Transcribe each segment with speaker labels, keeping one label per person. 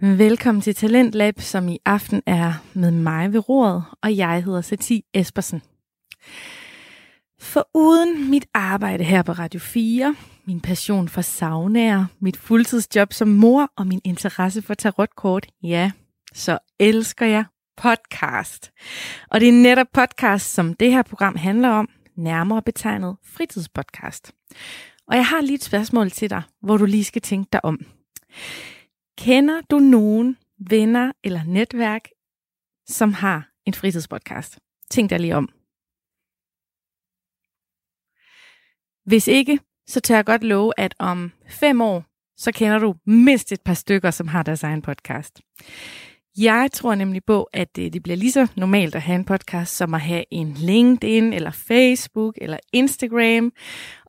Speaker 1: Velkommen til Talent Lab, som i aften er med mig ved roret, og jeg hedder Sati Espersen. For uden mit arbejde her på Radio 4, min passion for saunaer, mit fuldtidsjob som mor og min interesse for tarotkort, ja, så elsker jeg podcast. Og det er netop podcast, som det her program handler om, nærmere betegnet fritidspodcast. Og jeg har lige et spørgsmål til dig, hvor du lige skal tænke dig om. Kender du nogen venner eller netværk, som har en fritidspodcast? Tænk dig lige om. Hvis ikke, så tør jeg godt love, at om fem år, så kender du mindst et par stykker, som har deres egen podcast. Jeg tror nemlig på, at det det bliver lige så normalt at have en podcast, som at have en LinkedIn, eller Facebook, eller Instagram.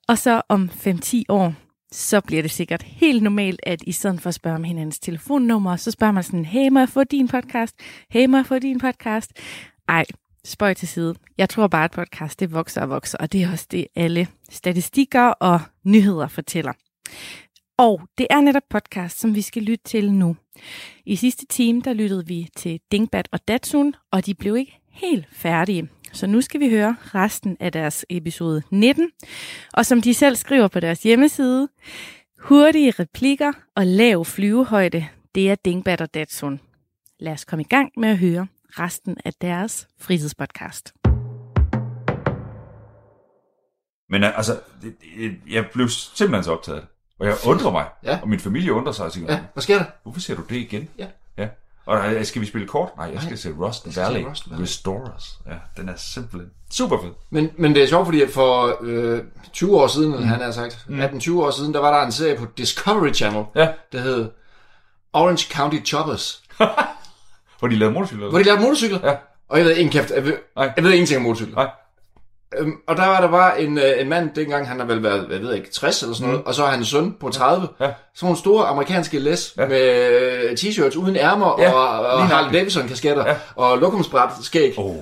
Speaker 1: Og så om 5-10 år, så bliver det sikkert helt normalt, at i stedet for at spørge om hinandens telefonnummer, så spørger man sådan, hey, må jeg få din podcast? Hey, må jeg få din podcast? Ej, spøj til side. Jeg tror bare, at podcast det vokser og vokser, og det er også det, alle statistikker og nyheder fortæller. Og det er netop podcast, som vi skal lytte til nu. I sidste time, der lyttede vi til Dingbat og Datsun, og de blev ikke helt færdige. Så nu skal vi høre resten af deres episode 19. Og som de selv skriver på deres hjemmeside, hurtige replikker og lav flyvehøjde, det er Dingbat og Datsun. Lad os komme i gang med at høre resten af deres fritidspodcast.
Speaker 2: Men øh, altså, det, det, jeg blev simpelthen så optaget af det. Og jeg undrer mig,
Speaker 3: Ja.
Speaker 2: og min familie undrer sig og tænker,
Speaker 3: Ja, hvad sker der?
Speaker 2: hvorfor ser du det igen?
Speaker 3: Ja.
Speaker 2: ja. Og øh, skal vi spille kort? Nej, jeg skal
Speaker 3: Nej,
Speaker 2: se Rust
Speaker 3: skal
Speaker 2: Valley.
Speaker 3: se Rust Valley.
Speaker 2: Restore Us. Ja, den er simpelthen super fed.
Speaker 3: Men, men det er sjovt, fordi at for øh, 20 år siden,
Speaker 2: Mm.
Speaker 3: eller han har sagt, 18-20 år siden, der var der en serie på Discovery Channel,
Speaker 2: Ja.
Speaker 3: der hed Orange County Choppers,
Speaker 2: Hvor de lavede motorcykler.
Speaker 3: hvor de lavede motorcykler.
Speaker 2: Ja.
Speaker 3: Og jeg ved ikke en kæft, jeg ved,
Speaker 2: Nej.
Speaker 3: jeg ved ingenting om motorcykler.
Speaker 2: Nej.
Speaker 3: Øhm, og der var der bare en, øh, en mand, dengang han har vel været, jeg ved ikke, 60 eller sådan noget, og så er hans søn på 30.
Speaker 2: Mm. Ja.
Speaker 3: Sådan nogle store amerikanske læs
Speaker 2: Ja.
Speaker 3: ja. med øh, t-shirts uden ærmer
Speaker 2: Ja,
Speaker 3: ja. og, og
Speaker 2: lige
Speaker 3: Harley
Speaker 2: nøjagtigt.
Speaker 3: Davidson-kasketter
Speaker 2: Ja.
Speaker 3: og lokumsbræt skæg.
Speaker 2: Oh.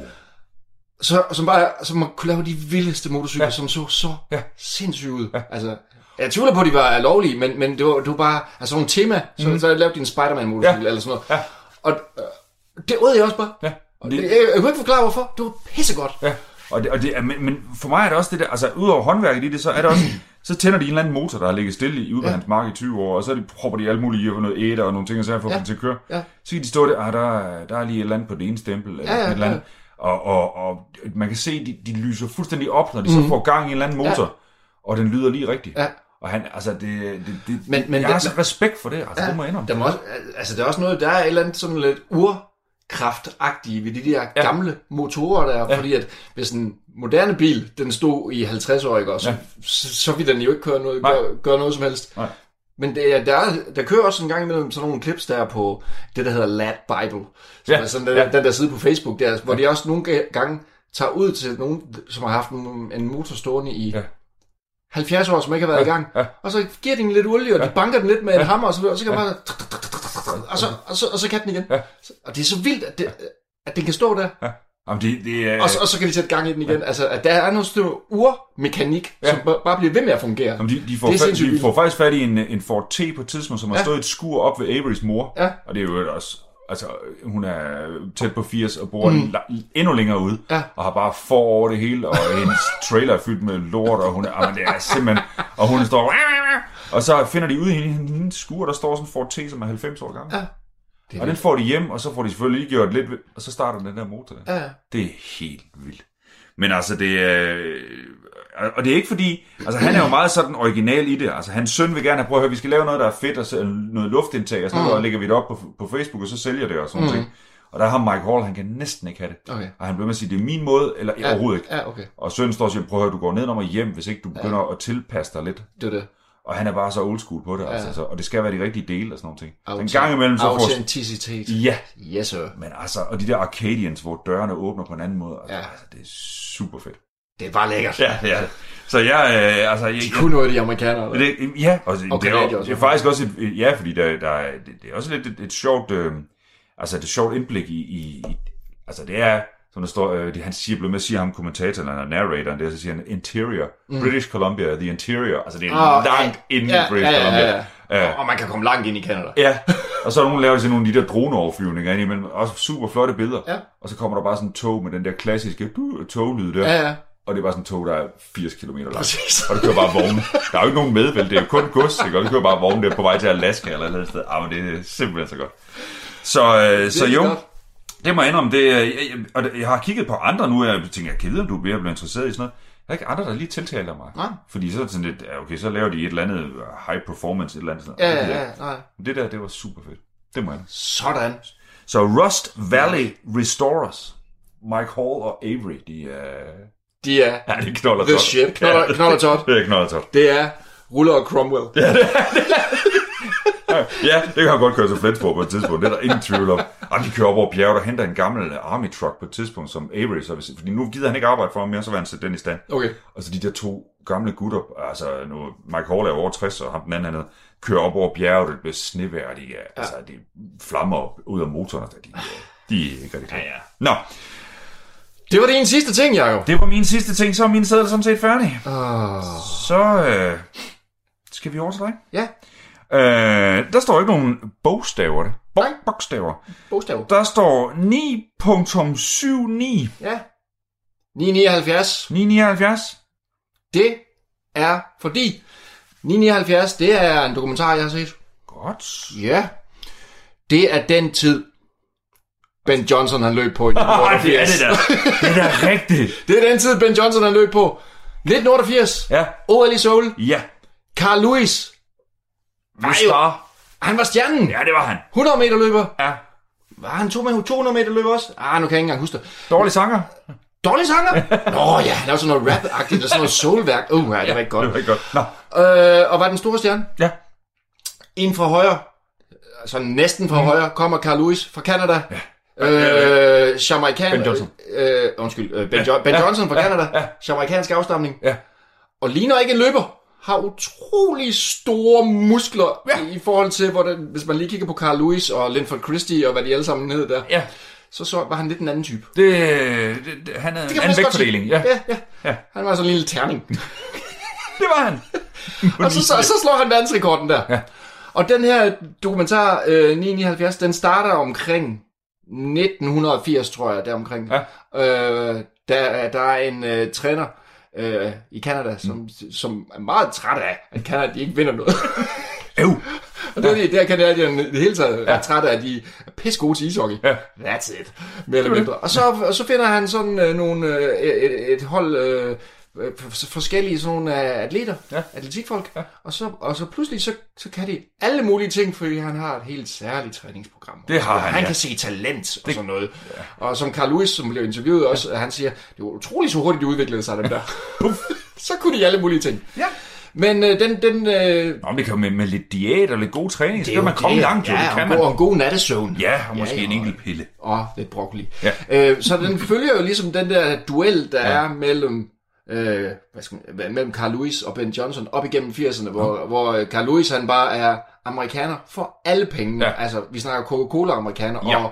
Speaker 3: så, som bare som man kunne lave de vildeste motorcykler,
Speaker 2: Ja.
Speaker 3: ja. som så så
Speaker 2: Ja.
Speaker 3: ja. sindssygt ud. Ja. Altså, jeg tvivler på, at de var lovlige, men, men det var, det var bare altså nogle tema, så, mm. så lavede de en Spider-Man-motorcykel
Speaker 2: Mhm. Ja.
Speaker 3: ja. eller sådan noget. Ja. Og øh, det åd jeg også bare.
Speaker 2: Ja.
Speaker 3: Og det, jeg, jeg kunne ikke forklare, hvorfor. Det var pissegodt.
Speaker 2: Ja, og det, og det er, men, men for mig er det også det der, altså udover håndværket i det, så er det også, så tænder de en eller anden motor, der har ligget stille i udbehandlingsmark i 20 år, og så er de, propper de alt muligt i og noget æder og nogle ting, og så for ja.
Speaker 3: Ja,
Speaker 2: dem til at køre.
Speaker 3: ja.
Speaker 2: Så kan de stå der, ah, der, er- der er lige et eller andet på det ene stempel, eller
Speaker 3: Ja, ja,
Speaker 2: et eller andet. Og, og, og man kan se, de, de lyser fuldstændig op, når de mm. så får gang i en eller anden motor, ja. og den lyder lige rigtigt.
Speaker 3: Mhm. Ja.
Speaker 2: Og han, altså, det, det, det
Speaker 3: Men- men
Speaker 2: jeg
Speaker 3: den-
Speaker 2: har så respekt for det, altså, ja. det må jeg indrømme.
Speaker 3: Der, må også, altså, der er også noget, der er et eller andet sådan lidt urkraftagtige ved de der
Speaker 2: Ja.
Speaker 3: ja. gamle motorer der,
Speaker 2: Ja.
Speaker 3: ja. fordi at hvis en moderne bil, den stod i 50 år, ikke, også,
Speaker 2: Ja.
Speaker 3: ja. så, så ville den jo ikke køre noget,
Speaker 2: Nej.
Speaker 3: gøre, gøre noget som helst.
Speaker 2: Nej.
Speaker 3: Men det, er- der, er- der kører også en gang imellem sådan nogle clips der på det, der hedder Lad Bible, som
Speaker 2: Ja,
Speaker 3: ja. er sådan den,
Speaker 2: ja.
Speaker 3: ja. den der side på Facebook der, hvor de også nogle ga- gange tager ud til nogen, som har haft en, en motor stående i
Speaker 2: Ja.
Speaker 3: ja. 70 år, som ikke har været
Speaker 2: Ja,
Speaker 3: i gang,
Speaker 2: ja.
Speaker 3: og så giver de den lidt olie, og de banker den lidt med en hammer, og så, og så kan man bare... Og så, og, så, og så kan den igen.
Speaker 2: Ja.
Speaker 3: Så- Og det er så vildt, at, det, at den kan stå der,
Speaker 2: Jamen, det, det er...
Speaker 3: og så, og så kan de sætte gang i den igen. Altså, at der er noget stykke urmekanik,
Speaker 2: Ja.
Speaker 3: som ba- bare bliver ved med at fungere.
Speaker 2: Jamen, de, de, får
Speaker 3: Det er
Speaker 2: fat,
Speaker 3: sindssygt
Speaker 2: de
Speaker 3: vildt.
Speaker 2: får faktisk fat i en, en Ford T på et tidspunkt, som har ja.
Speaker 3: Ja.
Speaker 2: stået i et skur op ved Averys mor.
Speaker 3: Ja.
Speaker 2: Og det er jo også... Altså, hun er tæt på 80 og bor mm. endnu længere ude.
Speaker 3: Ja.
Speaker 2: Og har bare for over det hele, og hendes trailer er fyldt med lort, og hun er... Jamen, det er simpelthen... Og hun står... Og så finder de ude i hende- hendes skur, der står sådan en Ford T, som er 90 år gammel.
Speaker 3: Ja. Det er
Speaker 2: Og den får de hjem, og så får de selvfølgelig lige gjort lidt ved, og så starter den der motor. der.
Speaker 3: Ja, ja.
Speaker 2: Det er helt vildt. Men altså, det er... øh, Og det er ikke fordi... Altså, han er jo meget sådan original i det. Altså, hans søn vil gerne have, prøv at høre, vi skal lave noget, der er fedt, og så- noget luftindtag, og sådan noget, og lægger vi det op på, på Facebook, og så sælger det og sådan mm. ting. Og der har Mike Hall, han kan næsten ikke have det.
Speaker 3: Okay.
Speaker 2: Og han bliver med at sige, det er min måde, eller ja. overhovedet ikke.
Speaker 3: Ja, okay.
Speaker 2: Og sønnen står og siger, prøv at høre, du går ned og hjem, hvis ikke du begynder ja. at tilpasse dig lidt.
Speaker 3: Det er det.
Speaker 2: Og han er bare så old school på det, ja. altså, så- og det skal være de rigtige dele og sådan noget. Så en
Speaker 3: Autent-
Speaker 2: gang imellem så får...
Speaker 3: Autenticitet.
Speaker 2: Ja,
Speaker 3: Yes, sir.
Speaker 2: men altså, og de der Arcadians, hvor dørene åbner på en anden måde, altså, ja.
Speaker 3: Ja.
Speaker 2: altså det er super fedt.
Speaker 3: Det er bare lækkert.
Speaker 2: Ja, ja. Så jeg, øh, altså... Jeg,
Speaker 3: De
Speaker 2: jeg,
Speaker 3: kunne noget, de amerikanere. eller?
Speaker 2: det, ja, og det, det, er,
Speaker 3: Canadier
Speaker 2: jo-
Speaker 3: også.
Speaker 2: det er faktisk også... Et, ja, fordi der, der, er- det, det er også lidt et, et sjovt... Øh, altså, det er et sjovt indblik i, i, i... Altså, det er... Som der står, øh, det, han siger, blev med at sige ham kommentatoren eller narratoren der, så siger han, interior, mm. British Columbia, the interior. Altså, det er
Speaker 3: Åh,
Speaker 2: langt
Speaker 3: Ah, ja.
Speaker 2: inden
Speaker 3: Ja,
Speaker 2: British
Speaker 3: ja, ja, ja,
Speaker 2: Columbia.
Speaker 3: ja. Og man kan komme langt ind i Canada.
Speaker 2: Ja, Og så er der nogen, der laver sådan nogle af de der droneoverflyvninger ind imellem. Også super flotte billeder.
Speaker 3: Ja.
Speaker 2: Og så kommer der bare sådan en tog med den der klassiske du- toglyd der.
Speaker 3: Ja, ja.
Speaker 2: Og det er bare sådan en tog, der er 80 km langt.
Speaker 3: Præcis.
Speaker 2: Og det kører bare vogne. Der er jo ikke nogen med, vel? Det er jo kun gods, ikke? Og det kører bare vogne der på vej til Alaska eller et eller andet sted. Ah, men det er simpelthen så godt. Så, øh, så
Speaker 3: er
Speaker 2: jo,
Speaker 3: godt.
Speaker 2: det må jeg indrømme. Det, er- jeg, jeg, og det- jeg har kigget på andre nu, og jeg tænker, jeg kan vide, om du bliver blevet interesseret i sådan noget. Der er ikke andre, der lige tiltaler mig.
Speaker 3: Nej.
Speaker 2: Fordi så er det sådan lidt, ja, okay, så laver de et eller andet high performance, et eller andet sådan
Speaker 3: Ja,
Speaker 2: noget.
Speaker 3: ja, ja, nej.
Speaker 2: Men Det der, det var super fedt. Det må jeg.
Speaker 3: Sådan.
Speaker 2: Så Rust Valley Restorers. Mike Hall og Avery, de øh, er...
Speaker 3: De er
Speaker 2: Ja, det knolder
Speaker 3: the
Speaker 2: tot.
Speaker 3: shit.
Speaker 2: Ja,
Speaker 3: Knoller, knoller top.
Speaker 2: Det er knolder tot.
Speaker 3: Det er Ruller og Cromwell.
Speaker 2: Ja, det kan godt køre til Flensborg på et tidspunkt. Det er der ingen tvivl om. Og de kører op over bjerget og henter en gammel øh, army truck på et tidspunkt, som Avery så vil Fordi nu gider han ikke arbejde for ham mere, så vil han sætte den i stand.
Speaker 3: Okay.
Speaker 2: Og så de der to gamle gutter, altså nu, Mike Hall er over 60, og ham den anden hernede, kører op over bjerget, og det bliver snevejr, og de, ja. altså, de flammer op ud af motoren, og de, øh, de er ikke rigtig klar. Ja, ja. Nå,
Speaker 3: Det var det en sidste ting, Jacob.
Speaker 2: det var min sidste ting, så er min sædel sådan set færdig.
Speaker 3: Oh.
Speaker 2: Så øh, skal vi over til dig.
Speaker 3: Ja,
Speaker 2: Øh, der står ikke nogen bogstaver, der.
Speaker 3: Nej.
Speaker 2: Bo- bogstaver.
Speaker 3: bogstav.
Speaker 2: Der står 9.79.
Speaker 3: Ja. 979.
Speaker 2: 979.
Speaker 3: Det er fordi 979, det er en dokumentar, jeg har set.
Speaker 2: Godt.
Speaker 3: Ja. Det er den tid, Ben Johnson han løb på i
Speaker 2: Ej, det er
Speaker 3: 1988.
Speaker 2: det der. Det er da rigtigt.
Speaker 3: det er den tid, Ben Johnson han løb på. 1988.
Speaker 2: Ja.
Speaker 3: OL i Seoul.
Speaker 2: Ja.
Speaker 3: Carl Lewis.
Speaker 2: Vi
Speaker 3: jo-
Speaker 2: står.
Speaker 3: Han var stjernen.
Speaker 2: Ja, det var han.
Speaker 3: 100 meter løber.
Speaker 2: Ja.
Speaker 3: Var han to med 200 meter løber også? Ah, nu kan jeg ikke engang huske det.
Speaker 2: Dårlig sanger.
Speaker 3: Dårlig sanger? Nå ja, han lavede sådan noget rap-agtigt og sådan noget soulværk. Uh, ja, det var ikke godt.
Speaker 2: Det var ikke godt. Nå.
Speaker 3: Øh, og var den store stjerne?
Speaker 2: Ja.
Speaker 3: En fra højre, altså næsten fra mm. højre, kommer Carl Lewis fra Canada. Ja. Øh, jamaikan,
Speaker 2: Ben Johnson.
Speaker 3: Øh, undskyld, øh, Ben, jo- ben
Speaker 2: Ja.
Speaker 3: Johnson fra
Speaker 2: Ja.
Speaker 3: Canada.
Speaker 2: Ja.
Speaker 3: Jamaikansk afstamning.
Speaker 2: Ja.
Speaker 3: Og ligner ikke en løber. Har utrolig store muskler ja. i forhold til, hvordan, hvis man lige kigger på Carl Lewis og Linford Christie og hvad de alle sammen hed der.
Speaker 2: Ja.
Speaker 3: Så, så var han lidt en anden type.
Speaker 2: Det, øh, det, det han
Speaker 3: kan man
Speaker 2: er en anden
Speaker 3: vist godt
Speaker 2: vægtfordeling.
Speaker 3: sige.
Speaker 2: Ja.
Speaker 3: Ja, ja.
Speaker 2: Ja.
Speaker 3: Han var sådan en lille terning.
Speaker 2: Det var han.
Speaker 3: Og så, så, så slår han verdensrekorden der.
Speaker 2: Ja.
Speaker 3: Og den her dokumentar, øh, 979, den starter omkring 1980, tror jeg, deromkring.
Speaker 2: Ja.
Speaker 3: Øh, der, er- der er en øh, træner øh, i Kanada, som, mm. som er meget træt af, at Kanada de ikke vinder noget.
Speaker 2: Øv.
Speaker 3: Og det er det, der kanadierne i det hele taget ja. er trætte af, at de er pisse gode til ishockey.
Speaker 2: Ja.
Speaker 3: That's it. Mere eller mindre. Og så, og så finder han sådan øh, nogle, øh, et, et hold øh, øh, f- forskellige sådan nogle øh, atleter,
Speaker 2: Ja.
Speaker 3: atletikfolk, ja. og, så, og så pludselig så, så kan de alle mulige ting, fordi han har et helt særligt træningsprogram.
Speaker 2: Det har han,
Speaker 3: Han
Speaker 2: ja.
Speaker 3: kan se talent og sådan noget. Ja. Og som Carl Lewis, som blev interviewet også, han siger, det var utroligt så hurtigt, de udviklede sig, dem der. så kunne de alle mulige ting.
Speaker 2: Ja.
Speaker 3: Men øh, den, den, øh,
Speaker 2: Nå, men det kan jo med, med lidt diæt og lidt god træning, så
Speaker 3: det
Speaker 2: kan man komme langt, jo.
Speaker 3: ja,
Speaker 2: det kan
Speaker 3: og
Speaker 2: man.
Speaker 3: God, og en god nattesøvn.
Speaker 2: Ja, og måske
Speaker 3: Ja, ja,
Speaker 2: en
Speaker 3: og-
Speaker 2: enkelt pille.
Speaker 3: Og lidt broccoli.
Speaker 2: Ja.
Speaker 3: Øh, så den følger jo ligesom den der duel, der ja. er mellem, øh, hvad skal man, hvad- mellem Carl Lewis og Ben Johnson op igennem 80'erne, hvor, ja. hvor øh, Carl Lewis han bare er amerikaner for alle pengene.
Speaker 2: Ja.
Speaker 3: Ja. Altså, vi snakker Coca-Cola-amerikaner,
Speaker 2: Ja.
Speaker 3: ja. og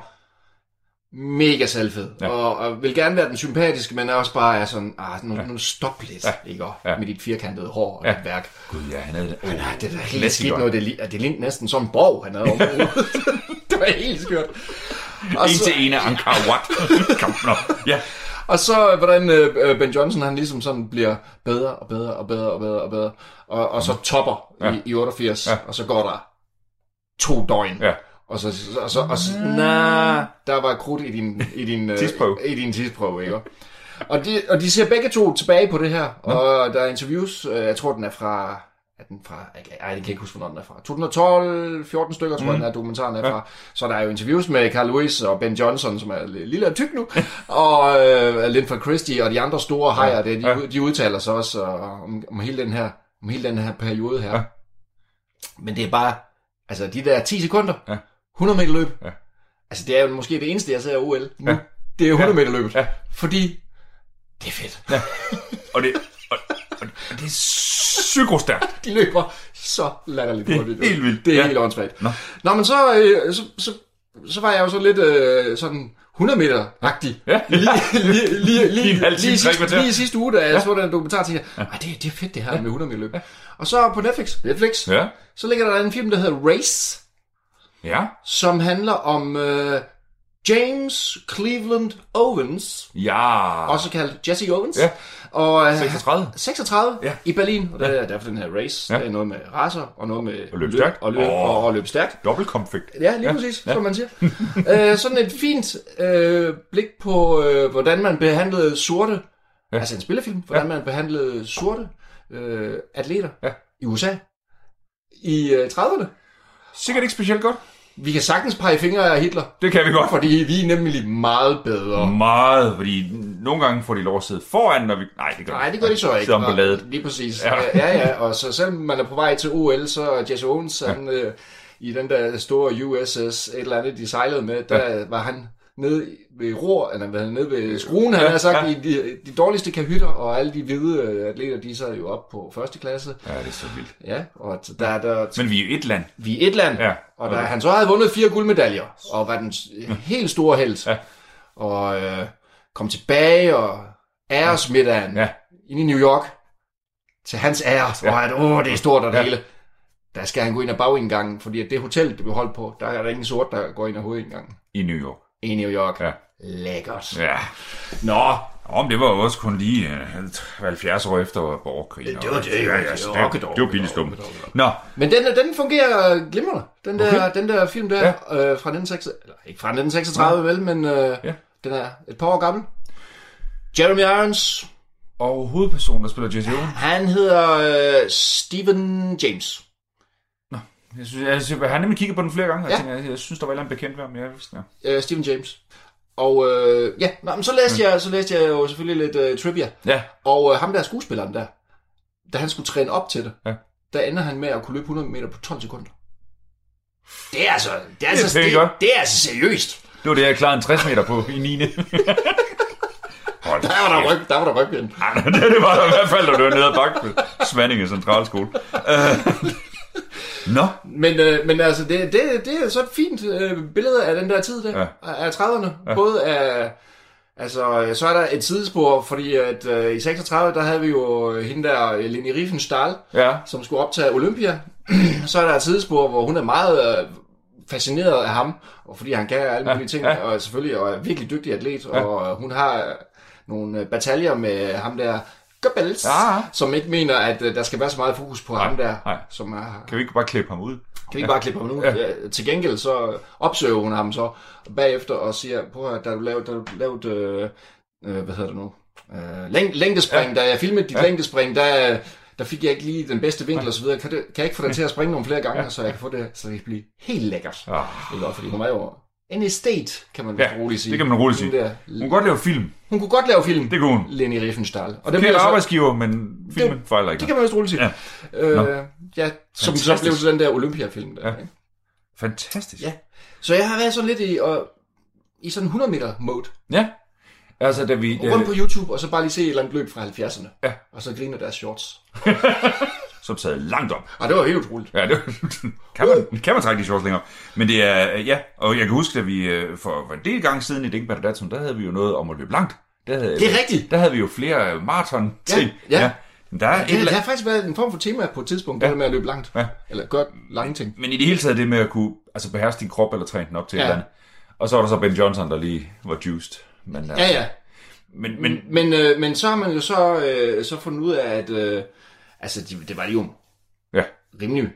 Speaker 3: mega selvfed,
Speaker 2: Ja.
Speaker 3: ja. og, og vil gerne være den sympatiske, men er også bare er sådan, ah, nu, ja. nu stop lidt, ja. ikke? Og,
Speaker 2: Ja.
Speaker 3: med dit firkantede hår og
Speaker 2: Ja.
Speaker 3: ja. dit værk.
Speaker 2: Gud, ja, han er... Oh,
Speaker 3: Nej, det er da helt
Speaker 2: klassiker.
Speaker 3: skidt noget. Det, li- det lignede næsten som en borg, han havde overhovedet. det var helt skørt. Og
Speaker 2: En
Speaker 3: så,
Speaker 2: til en af Ankar Watt. Kom, nå. Ja.
Speaker 3: og så hvordan øh, øh, Ben Johnson, han ligesom sådan bliver bedre og bedre og bedre og bedre og bedre. Og, og så topper ja. i, i 88, ja. og så går der to døgn.
Speaker 2: Ja.
Speaker 3: Og så, og så, og så nah, der var krudt i din, i din, øh,
Speaker 2: Tidsprøve.
Speaker 3: I din tidsprøve, ikke? Og de, og de ser begge to tilbage på det her, og der er interviews, øh, jeg tror den er fra, er den fra, ej, jeg kan ikke huske, hvornår den er fra, 2012, 14 stykker, tror jeg,
Speaker 2: Mhm.
Speaker 3: den er dokumentaren er fra. Så der er jo interviews med Carl Lewis og Ben Johnson, som er lidt lille og tyk nu, og øh, Linford Christie og de andre store hajer, ja. det, de,
Speaker 2: Ja.
Speaker 3: de udtaler sig også øh, om, om, hele den her, om hele den her periode her.
Speaker 2: Ja.
Speaker 3: Men det er bare, altså de der 10 sekunder,
Speaker 2: Ja.
Speaker 3: 100 meter løb,
Speaker 2: Ja.
Speaker 3: altså det er jo måske det eneste, jeg ser af OL nu,
Speaker 2: Ja.
Speaker 3: ja. det er 100
Speaker 2: Ja.
Speaker 3: meter løbet.
Speaker 2: Ja.
Speaker 3: Fordi det er fedt.
Speaker 2: Og det, og, og, og det er psykostærkt.
Speaker 3: De løber så latterligt
Speaker 2: er
Speaker 3: hurtigt.
Speaker 2: helt vildt.
Speaker 3: Det er
Speaker 2: Ja.
Speaker 3: ja. helt åndssvagt.
Speaker 2: Nå.
Speaker 3: Nå. Nå, men så, øh, så, så, så var jeg jo så lidt øh, sådan 100 meter-agtig.
Speaker 2: Ja.
Speaker 3: Lige, lige, lige, lige,
Speaker 2: Lige en halv
Speaker 3: lige,
Speaker 2: time, tre
Speaker 3: sidste,
Speaker 2: kvarter.
Speaker 3: lige sidste uge, da jeg ja. så den dokumentar, tænkte jeg, "Ej, det, det er fedt det her med 100 meter løb. Og så på Netflix, Netflix
Speaker 2: Ja.
Speaker 3: så ligger der en film, der hedder Race.
Speaker 2: Ja,
Speaker 3: som handler om øh, James Cleveland Owens,
Speaker 2: ja.
Speaker 3: også kaldt Jesse Owens,
Speaker 2: Ah. Ja.
Speaker 3: og øh,
Speaker 2: 36.
Speaker 3: 36
Speaker 2: Ja.
Speaker 3: ja. i Berlin, og det er derfor den her race,
Speaker 2: Ja.
Speaker 3: ja. det er noget med racer og noget med
Speaker 2: Og løbe
Speaker 3: løb-
Speaker 2: stærkt.
Speaker 3: og løb,
Speaker 2: Åh.
Speaker 3: og, og løb stærkt.
Speaker 2: Dobbelt konfekt.
Speaker 3: Ja, lige ja. præcis, ja. som man siger. øh, sådan et fint øh, blik på, øh, hvordan man behandlede sorte,
Speaker 2: Ja.
Speaker 3: ja. altså en spillefilm, hvordan ja. man behandlede sorte øh, atleter
Speaker 2: Ja.
Speaker 3: ja. i USA i øh, 30'erne.
Speaker 2: Sikkert ikke specielt godt.
Speaker 3: Vi kan sagtens pege fingre af Hitler,
Speaker 2: Det kan vi godt.
Speaker 3: fordi vi er nemlig meget bedre. Mm.
Speaker 2: Meget, fordi nogle gange får de lov at sidde foran, når vi... Nej, det gør
Speaker 3: Nej, det gør de så ikke.
Speaker 2: Sidder om på ladet.
Speaker 3: Nej, Lige præcis.
Speaker 2: Ja.
Speaker 3: Ja. ja, ja, og så selvom man er på vej til OL, så er Jesse Owens, ja. han, øh, i den der store USS, et eller andet, de sejlede med, der ja. var han nede ved ror, eller hvad, nede ved skruen, han
Speaker 2: Ja,
Speaker 3: har sagt,
Speaker 2: ja.
Speaker 3: ja. de, de dårligste kahytter, og alle de hvide øh, atleter, de sad jo op på første klasse.
Speaker 2: Ja, det er så vildt.
Speaker 3: Ja, og t- der er der, t-
Speaker 2: Men vi er jo et land.
Speaker 3: vi er et land,
Speaker 2: Ja.
Speaker 3: og der, han så havde vundet fire guldmedaljer, og var den s- helt store held, ja. og øh, kom tilbage, og æresmiddagen,
Speaker 2: Ja.
Speaker 3: ind i New York til hans ære,
Speaker 2: Ja.
Speaker 3: ja. og at åh, det er stort og det
Speaker 2: Ja.
Speaker 3: ja. hele. Der skal han gå ind ad bagindgangen, fordi at det hotel, det blev holdt på, der er der ingen sort, der går ind ad hovedindgangen.
Speaker 2: I New York.
Speaker 3: I New York.
Speaker 2: Ja.
Speaker 3: Lækkert. Ja.
Speaker 2: Ja.
Speaker 3: Nå,
Speaker 2: Om det var jo også kun lige øh, 70 år efter borgerkrigen.
Speaker 3: Det var det,
Speaker 2: Ja,
Speaker 3: jo.
Speaker 2: ja,
Speaker 3: Det var
Speaker 2: det,
Speaker 3: rockedog.
Speaker 2: det var billigt stum.
Speaker 3: Rockedog, rockedog.
Speaker 2: Nå,
Speaker 3: men den, den fungerer glimrende. Den der, okay. den der film der,
Speaker 2: Ja.
Speaker 3: ja. øh, fra 1936, eller ikke fra 1936 ja. vel, men øh,
Speaker 2: Ja.
Speaker 3: ja. den er et par år gammel. Jeremy Irons,
Speaker 2: og hovedpersonen, der spiller Jesse Owens,
Speaker 3: han hedder øh, Stephen James.
Speaker 2: jeg, synes, jeg, synes, jeg har nemlig kigget på den flere gange, og
Speaker 3: Ja.
Speaker 2: jeg, tænker, jeg, jeg synes, der var et eller andet bekendt ved ham. Jeg vidste, ja.
Speaker 3: øh, Stephen James. Og øh, ja, nå, men så, læste jeg, så læste jeg jo selvfølgelig lidt øh, trivia.
Speaker 2: ja,
Speaker 3: Og øh, ham der skuespilleren der, da han skulle træne op til det,
Speaker 2: Ja.
Speaker 3: der ender han med at kunne løbe 100 meter på 12 sekunder. Det er altså, det er,
Speaker 2: Det er
Speaker 3: altså,
Speaker 2: pænt
Speaker 3: det,
Speaker 2: godt.
Speaker 3: det er altså seriøst.
Speaker 2: det var det, jeg klarede en 60 meter på i 9. Hold
Speaker 3: Der var der ryg, der var der rygvind.
Speaker 2: Ej, men det, det var der i hvert fald, når du var nede ad bakken ved Svanninge Centralskole. Øh. Nå,
Speaker 3: Men, øh, men altså, det, det, det er så et fint øh, billede af den der tid der,
Speaker 2: Ja.
Speaker 3: ja. af 30'erne. Ja. Både af, altså, så er der et sidespor, fordi at øh, i 36, der havde vi jo øh, hende der, Leni Riefenstahl,
Speaker 2: ja.
Speaker 3: som skulle optage Olympia. så er der et tidsspor, hvor hun er meget øh, fascineret af ham, og fordi han kan alle mulige ting,
Speaker 2: ja.
Speaker 3: og selvfølgelig og er virkelig dygtig atlet, og øh, hun har øh, nogle øh, bataljer med ham der Goebbels,
Speaker 2: Ja, ja.
Speaker 3: som ikke mener, at øh, der skal være så meget fokus på ham der,
Speaker 2: Ah, nej.
Speaker 3: som er...
Speaker 2: Kan vi ikke bare klippe ham ud?
Speaker 3: Kan vi ikke bare klippe ham nu? Ja. Til gengæld så opsøger hun ham så bagefter og siger, prøv at der er du lavet, der er du lavet øh, øh, hvad hedder det nu? Øh, læng, længdespring, ja. da jeg filmede dit ja. længdespring, der, øh, der fik jeg ikke lige den bedste vinkel og så videre. Kan, det, kan jeg ikke få dig til at springe nogle flere gange, ja. så jeg kan få det, så det kan blive helt lækkert. Ja.
Speaker 2: Ah,
Speaker 3: Ikke også, fordi hun var jo en estate, kan man
Speaker 2: Ja,
Speaker 3: ja, roligt sige.
Speaker 2: det kan man roligt sige.
Speaker 3: Hun, der,
Speaker 2: hun kan godt lave film.
Speaker 3: hun kunne godt lave film,
Speaker 2: Det kunne hun.
Speaker 3: Leni Riefenstahl. Og
Speaker 2: Det
Speaker 3: blev
Speaker 2: er
Speaker 3: så-
Speaker 2: arbejdsgiver, men filmen fejler ikke.
Speaker 3: det kan man jo roligt sige.
Speaker 2: Ja.
Speaker 3: Ja. Øh, ja, som så
Speaker 2: Fantastisk.
Speaker 3: blev til den der Olympia-film der.
Speaker 2: Ja.
Speaker 3: Ja. Ikke?
Speaker 2: Fantastisk.
Speaker 3: Ja. Så jeg har været sådan lidt i, og, i sådan 100 meter mode.
Speaker 2: ja. Altså, da vi...
Speaker 3: Rundt på YouTube, og så bare lige se et eller andet løb fra 70'erne.
Speaker 2: Ja.
Speaker 3: Og så griner deres shorts.
Speaker 2: som sad langt op.
Speaker 3: Og det var helt utroligt.
Speaker 2: Ja, det kan, man, kan man trække de shorts længere. op. Men det er, øh, ja, og jeg kan huske, at vi øh, for, for en del gange siden i Dinkbad Datsun, der havde vi jo noget om at løbe langt. Der havde,
Speaker 3: Det er rigtigt.
Speaker 2: Der havde vi jo flere øh, maraton
Speaker 3: Ja,
Speaker 2: ting.
Speaker 3: ja.
Speaker 2: Men Der er et
Speaker 3: Det,
Speaker 2: eller
Speaker 3: det har faktisk været en form for tema på et tidspunkt, ja. det der med at løbe langt.
Speaker 2: Ja.
Speaker 3: Eller gøre lange ting.
Speaker 2: Men i det hele taget det med at kunne altså beherske din krop eller træne den op til ja.
Speaker 3: Ja.
Speaker 2: et eller andet. Og så var der så Ben Johnson, der lige var juiced. Men, øh,
Speaker 3: Ja, ja.
Speaker 2: men, men
Speaker 3: Men, men, øh, men så har man jo så, øh, så fundet ud af, at øh, altså, de, det var de jo
Speaker 2: ja,
Speaker 3: rimelig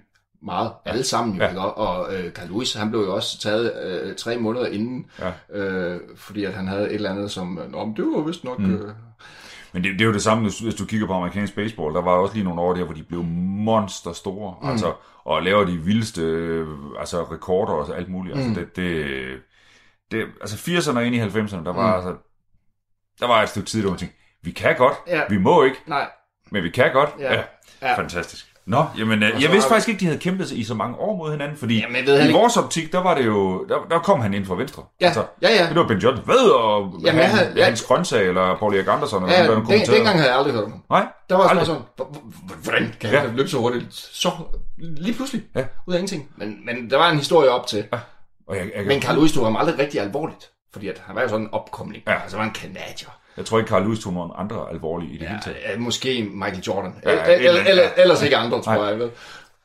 Speaker 3: meget, alle sammen jo,
Speaker 2: Ja.
Speaker 3: ja. og øh, Carl Lewis, han blev jo også taget øh, tre måneder inden,
Speaker 2: Ja.
Speaker 3: øh, fordi at han havde et eller andet, som, øh, nå, men det var vist nok, mm. øh,
Speaker 2: men det, det, er jo det samme, hvis, hvis du kigger på amerikansk baseball. Der var også lige nogle år der, hvor de blev monster store. Mm. Altså, og laver de vildeste øh, altså, rekorder og alt muligt.
Speaker 3: Mm.
Speaker 2: Altså, det, det, det, altså 80'erne og ind i 90'erne, der var, mm. altså, der var et stykke tid, der var tænkt, vi kan godt,
Speaker 3: Ja.
Speaker 2: vi må ikke,
Speaker 3: nej,
Speaker 2: men vi kan godt.
Speaker 3: Ja. Ja.
Speaker 2: Fantastisk. Nå, jamen, øh,
Speaker 3: så
Speaker 2: jeg vidste
Speaker 3: har vi-
Speaker 2: faktisk ikke, de havde kæmpet sig i så mange år mod hinanden, fordi
Speaker 3: Jamen, jeg ved heller
Speaker 2: i
Speaker 3: ikke-
Speaker 2: vores optik, der var det jo, der, der kom han ind fra venstre. Altså,
Speaker 3: Ja, ja, ja.
Speaker 2: Det var Ben Johnson. Hvad? Og
Speaker 3: Jamen,
Speaker 2: han,
Speaker 3: jeg havde-
Speaker 2: Hans Grøntsag, eller Paul Erik Andersen, eller
Speaker 3: Ja,
Speaker 2: ja, nogen, der
Speaker 3: den,
Speaker 2: den,
Speaker 3: dengang havde jeg aldrig hørt om ham.
Speaker 2: Nej,
Speaker 3: Der var
Speaker 2: aldrig.
Speaker 3: også sådan, "Hvor- hvor- hvor- hvordan kan han
Speaker 2: Ja.
Speaker 3: løbe så hurtigt? Så lige pludselig,
Speaker 2: Ja.
Speaker 3: ja. ud af ingenting. Men, men der var en historie op til. Ja.
Speaker 2: Og jeg, jeg,
Speaker 3: Men
Speaker 2: jeg,
Speaker 3: Carl Lewis tog ham aldrig rigtig alvorligt. Fordi at han var jo sådan en opkomling.
Speaker 2: Ja.
Speaker 3: Ja. Altså, han var en kanadier.
Speaker 2: jeg tror ikke, Carl Lewis tog nogen andre alvorlige i det hele taget.
Speaker 3: Ja, måske Michael Jordan.
Speaker 2: Ja,
Speaker 3: Ja,
Speaker 2: et eller
Speaker 3: eller,
Speaker 2: andet,
Speaker 3: eller,
Speaker 2: ja.
Speaker 3: ellers ikke andre, tror
Speaker 2: Nej.
Speaker 3: jeg. Vel?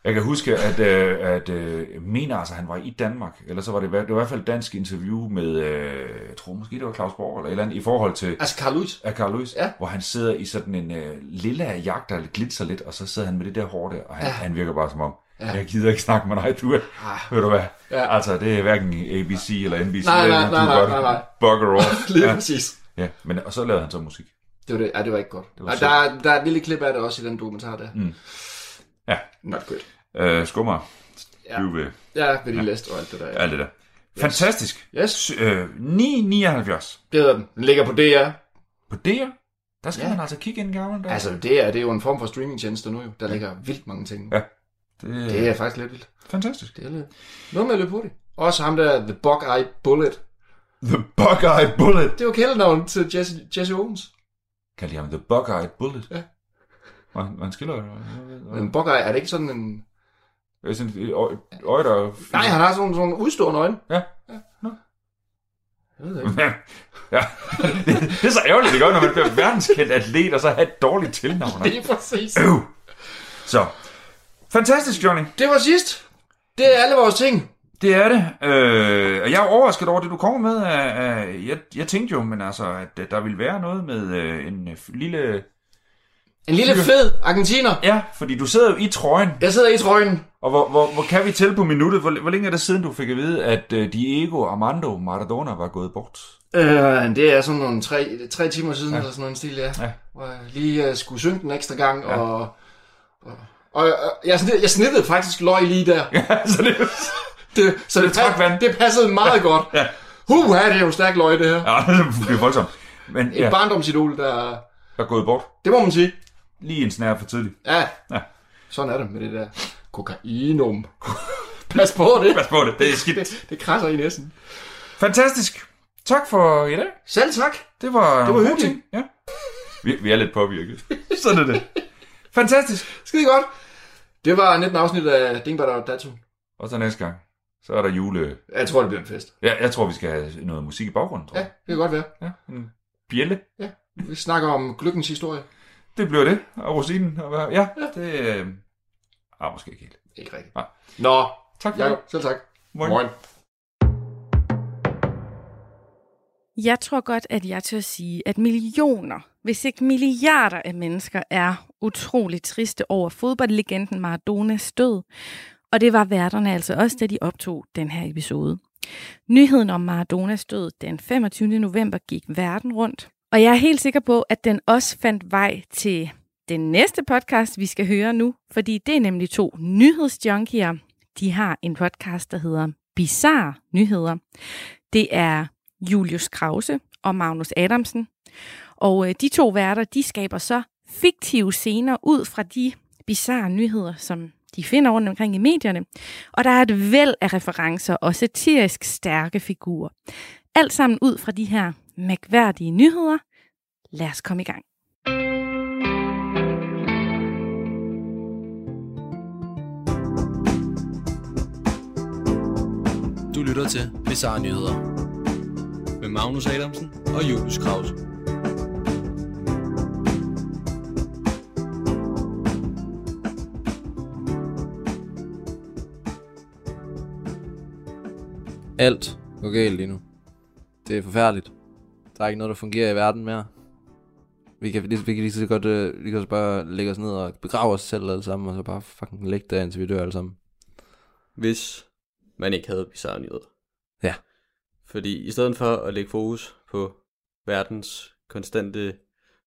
Speaker 2: Jeg kan huske, at, øh, at øh, mener altså, han var i Danmark, eller så var det, i hver- det var i hvert fald et dansk interview med, øh, jeg tror måske det var Claus Borg eller et eller andet, i forhold til
Speaker 3: Altså, Carl Lewis.
Speaker 2: af Carl Lewis,
Speaker 3: Ja.
Speaker 2: hvor han sidder i sådan en øh, lilla jagt, der glitser lidt, og så sidder han med det der hår der, og han, ja. han virker bare som om, ja. jeg gider ikke snakke med dig, du er, ah. ved du hvad, ja.
Speaker 3: Ja.
Speaker 2: altså det er hverken ABC eller NBC,
Speaker 3: Nej,
Speaker 2: eller,
Speaker 3: nej,
Speaker 2: du
Speaker 3: nej,
Speaker 2: er
Speaker 3: nej,
Speaker 2: godt
Speaker 3: nej, nej.
Speaker 2: bugger off.
Speaker 3: Lige ja.
Speaker 2: ja.
Speaker 3: præcis.
Speaker 2: ja, men, og så lavede han så musik.
Speaker 3: Det var det. Ja, det var ikke godt. Det
Speaker 2: var
Speaker 3: var der, er- der er et lille klip af det også i den dokumentar der. Mm.
Speaker 2: Ja.
Speaker 3: Not good.
Speaker 2: Øh, skummer, ja.
Speaker 3: Ja.
Speaker 2: du ved
Speaker 3: Ja, ved de ja. liste og alt det der. Ja.
Speaker 2: alt det der. Fantastisk.
Speaker 3: Yes,
Speaker 2: Øh, 9,79
Speaker 3: det hedder den. Den ligger på DR.
Speaker 2: på DR, der skal ja.
Speaker 3: Ja.
Speaker 2: man altså kigge ind gammel der.
Speaker 3: Altså, DR, det er jo en form for streamingtjenester nu jo. Der ligger vildt mange ting.
Speaker 2: Ja.
Speaker 3: Ja.
Speaker 2: det,
Speaker 3: Det
Speaker 2: det er
Speaker 3: er faktisk lidt vildt.
Speaker 2: fantastisk.
Speaker 3: Det er lidt... Noget med at løbe hurtigt. Også ham der, The Buckeye Bullet.
Speaker 2: The Bug-Eyed Bullet.
Speaker 3: Det var kælenavnet til Jesse, Jesse Owens.
Speaker 2: Kaldte de ham The Bug-Eyed Bullet?
Speaker 3: Ja.
Speaker 2: Var han, var han skiller?
Speaker 3: Men Buckeye, er det ikke sådan en...
Speaker 2: Øh, sådan et øje, øje, der...
Speaker 3: Nej, han har sådan nogle udstående øjne.
Speaker 2: Ja. Nå.
Speaker 3: Nå. Jeg ved det ikke.
Speaker 2: ja. Det, det, er så ærgerligt, det gør, når man bliver verdenskendt atlet, og så har et dårligt tilnavn.
Speaker 3: Det er præcis.
Speaker 2: Øv. Så. Fantastisk, Johnny.
Speaker 3: Det var sidst. Det er alle vores ting.
Speaker 2: Det er det. Øh, og jeg er overrasket over det, du kommer med. Øh, øh, jeg, jeg tænkte jo, men altså, at øh, der ville være noget med øh, en øh, f- lille...
Speaker 3: En lille fed argentiner.
Speaker 2: Ja, fordi du sidder jo i trøjen.
Speaker 3: Jeg sidder i trøjen.
Speaker 2: Og hvor, hvor, hvor kan vi tælle på minuttet? Hvor, hvor længe er det siden, du fik at vide, at øh, Diego Armando Maradona var gået bort?
Speaker 3: Øh, det er sådan nogle tre, tre timer siden, ja. eller sådan noget stil, ja.
Speaker 2: Ja.
Speaker 3: ja. Hvor jeg lige uh, skulle synge den ekstra gang, ja. og, og, og, og jeg, snid, jeg snittede faktisk løg lige der.
Speaker 2: så det,
Speaker 3: Det, så det,
Speaker 2: trak vand.
Speaker 3: pas, det passede meget ja. godt.
Speaker 2: ja.
Speaker 3: Huh, det er jo stærk løg, det her.
Speaker 2: ja, det er voldsomt. Men
Speaker 3: Et
Speaker 2: ja,
Speaker 3: barndomsidol, der...
Speaker 2: der er gået bort.
Speaker 3: Det må man sige.
Speaker 2: Lige en snær for tidligt.
Speaker 3: Ja.
Speaker 2: Ja.
Speaker 3: ja. Sådan er det med det der kokainum. Pas på det.
Speaker 2: Pas på det, det er skidt.
Speaker 3: Det, det krasser i næsen.
Speaker 2: Fantastisk. Tak for i dag.
Speaker 3: Selv tak.
Speaker 2: Det var,
Speaker 3: Det var
Speaker 2: en god
Speaker 3: hyggeligt.
Speaker 2: ting. Ja. Vi, vi er lidt påvirket. Sådan er det. Fantastisk.
Speaker 3: Skide godt. Det var 19 afsnit af Dingbat og Datum.
Speaker 2: Og så næste gang, så er der jule...
Speaker 3: Jeg tror, det bliver en fest.
Speaker 2: Ja, jeg tror, vi skal have noget musik i baggrunden, tror
Speaker 3: Ja,
Speaker 2: jeg.
Speaker 3: det kan godt være.
Speaker 2: Ja. En bjælle.
Speaker 3: Vi snakker om lykkens historie.
Speaker 2: Det bliver det. Og rosinen. Og hvad- ja, ja. det... Øh... Ah, måske ikke helt.
Speaker 3: Ikke rigtigt.
Speaker 2: Nej.
Speaker 3: Nå,
Speaker 2: Tak for
Speaker 3: Jacob,
Speaker 2: det.
Speaker 3: selv tak.
Speaker 2: Moin.
Speaker 1: Jeg tror godt, at jeg tør sige, at millioner, hvis ikke milliarder af mennesker, er utrolig triste over fodboldlegenden Maradonas død. Og det var værterne altså også, da de optog den her episode. Nyheden om Maradonas død den 25. november gik verden rundt. Og jeg er helt sikker på, at den også fandt vej til den næste podcast, vi skal høre nu. Fordi det er nemlig to nyhedsjunkier. De har en podcast, der hedder Bizarre Nyheder. Det er Julius Krause og Magnus Adamsen. Og øh, de to værter, de skaber så fiktive scener ud fra de bizarre nyheder, som de finder rundt omkring i medierne. Og der er et væld af referencer og satirisk stærke figurer. Alt sammen ud fra de her mærkværdige nyheder. Lad os komme i gang.
Speaker 4: Du lytter til Bizarre Nyheder med Magnus Adamsen og Julius Krause. Alt går galt lige nu. Det er forfærdeligt. Der er ikke noget, der fungerer i verden mere. Vi kan, lige- vi kan lige så godt øh, lige så godt bare lægge os ned og begrave os selv alle sammen, og så bare fucking lægge der, indtil vi dør alle sammen.
Speaker 5: hvis man ikke havde bizarre nyheder.
Speaker 4: Ja.
Speaker 5: Fordi i stedet for at lægge fokus på verdens konstante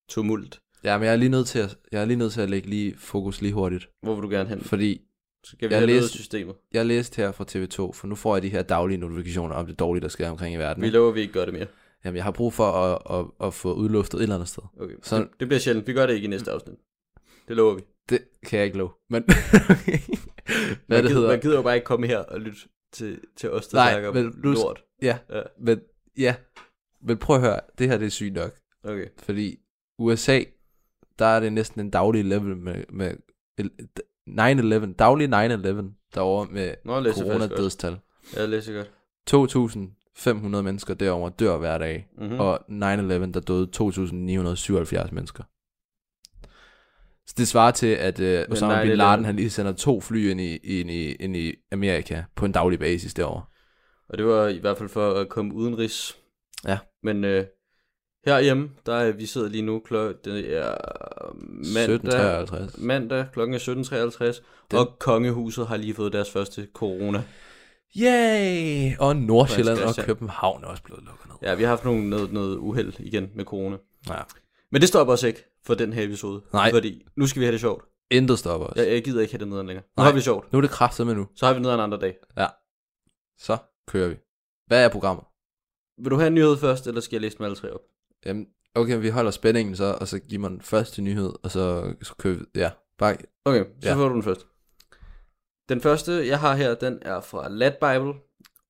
Speaker 5: tumult,
Speaker 4: Ja, men jeg er lige nødt til at, jeg er lige nødt til at lægge lige fokus lige hurtigt,
Speaker 5: hvor vil du gerne hen?
Speaker 4: fordi
Speaker 5: Skal vi
Speaker 4: jeg
Speaker 5: have
Speaker 4: læste-
Speaker 5: noget systemet?
Speaker 4: jeg læste her fra TV2, for nu får jeg de her daglige notifikationer om det dårlige, der sker omkring i verden.
Speaker 5: Vi
Speaker 4: ikke?
Speaker 5: lover, at vi ikke gør det mere.
Speaker 4: Jamen, jeg har brug for at, at, at få udluftet et eller andet sted.
Speaker 5: Okay.
Speaker 4: Så-
Speaker 5: Så... Det, det bliver sjældent. Vi gør det ikke i næste afsnit. Det lover vi.
Speaker 4: Det kan jeg ikke love, men...
Speaker 5: Man,
Speaker 4: Hvad det
Speaker 5: gider,
Speaker 4: hedder?
Speaker 5: man gider jo bare ikke komme her og lytte til, til os, der
Speaker 4: Nej,
Speaker 5: snakker om
Speaker 4: men nu-
Speaker 5: lort.
Speaker 4: Ja,
Speaker 5: Ja.
Speaker 4: men, ja, men prøv at høre, det her det er sygt nok,
Speaker 5: Okay.
Speaker 4: fordi USA, der er det næsten en daglig level med, med el- d- 9-11, daglig 9-11 derovre med
Speaker 5: Nå, jeg læser faktisk godt.
Speaker 4: coronadødstal.
Speaker 5: Jeg læser godt.
Speaker 4: 2.500 mennesker derover dør hver dag.
Speaker 5: Mm-hmm.
Speaker 4: og 9-11, der døde 2.977 mennesker. Så det svarer til, at øh, Osama
Speaker 5: nej, det
Speaker 4: Bin
Speaker 5: er
Speaker 4: Laden
Speaker 5: det.
Speaker 4: han lige sender to fly ind i, ind, i, ind i Amerika på en daglig basis derovre.
Speaker 5: Og det var i hvert fald for at komme udenrigs.
Speaker 4: Ja.
Speaker 5: Men øh, herhjemme, der er vi sidder lige nu klokken det er mandag,
Speaker 4: 1753.
Speaker 5: mandag klokken er 17.53,
Speaker 4: Den-
Speaker 5: og kongehuset har lige fået deres første corona.
Speaker 4: Yay! Og Nordsjælland og
Speaker 5: Christian.
Speaker 4: København er også blevet lukket ned.
Speaker 5: Ja, vi har haft nogle, noget, noget uheld igen med corona.
Speaker 4: Ja.
Speaker 5: Men det stopper os ikke for den her episode.
Speaker 4: Nej.
Speaker 5: Fordi nu skal vi have det sjovt.
Speaker 4: Intet stopper os.
Speaker 5: Jeg, jeg gider ikke have det nederen længere. Nu
Speaker 4: Nej.
Speaker 5: har vi sjovt.
Speaker 4: Nu er det kraftet med nu.
Speaker 5: Så har vi noget en andre dag.
Speaker 4: Så kører vi. Hvad er programmet?
Speaker 5: Vil du have en nyhed først, eller skal jeg læse dem alle tre op?
Speaker 4: Jamen, okay, vi holder spændingen så, og så giver man først til nyhed, og så, så kører vi. Ja, bare...
Speaker 5: Okay, så
Speaker 4: Ja.
Speaker 5: ja. får du den først. Den første, jeg har her, den er fra Lad Bible,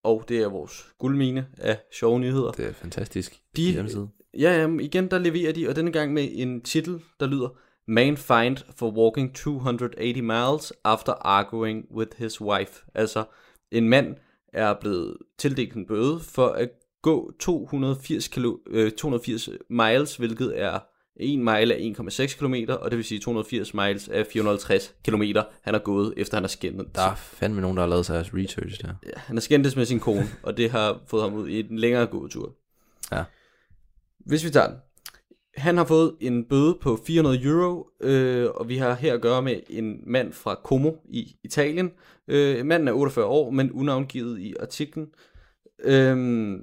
Speaker 5: og det er vores guldmine af sjove nyheder.
Speaker 4: Det er fantastisk.
Speaker 5: De-
Speaker 4: hjemmeside.
Speaker 5: Ja, jamen, igen, der leverer de, og denne gang med en titel, der lyder Man fined for walking 280 miles after arguing with his wife. Altså, en mand er blevet tildelt en bøde for at gå 280, kilo, øh, 280 miles, hvilket er 1 mile er 1,6 km, og det vil sige 280 miles er 450 km, han har gået, efter han har skændet.
Speaker 4: Der er fandme nogen, der har lavet sig deres research der.
Speaker 5: Ja, han har skændtes med sin kone, og det har fået ham ud i en længere gåtur.
Speaker 4: Ja.
Speaker 5: Hvis vi tager den. Han har fået en bøde på 400 euro, øh, og vi har her at gøre med en mand fra Como i Italien. Øh, manden er 48 år, men unavngivet i artiklen. Øhm,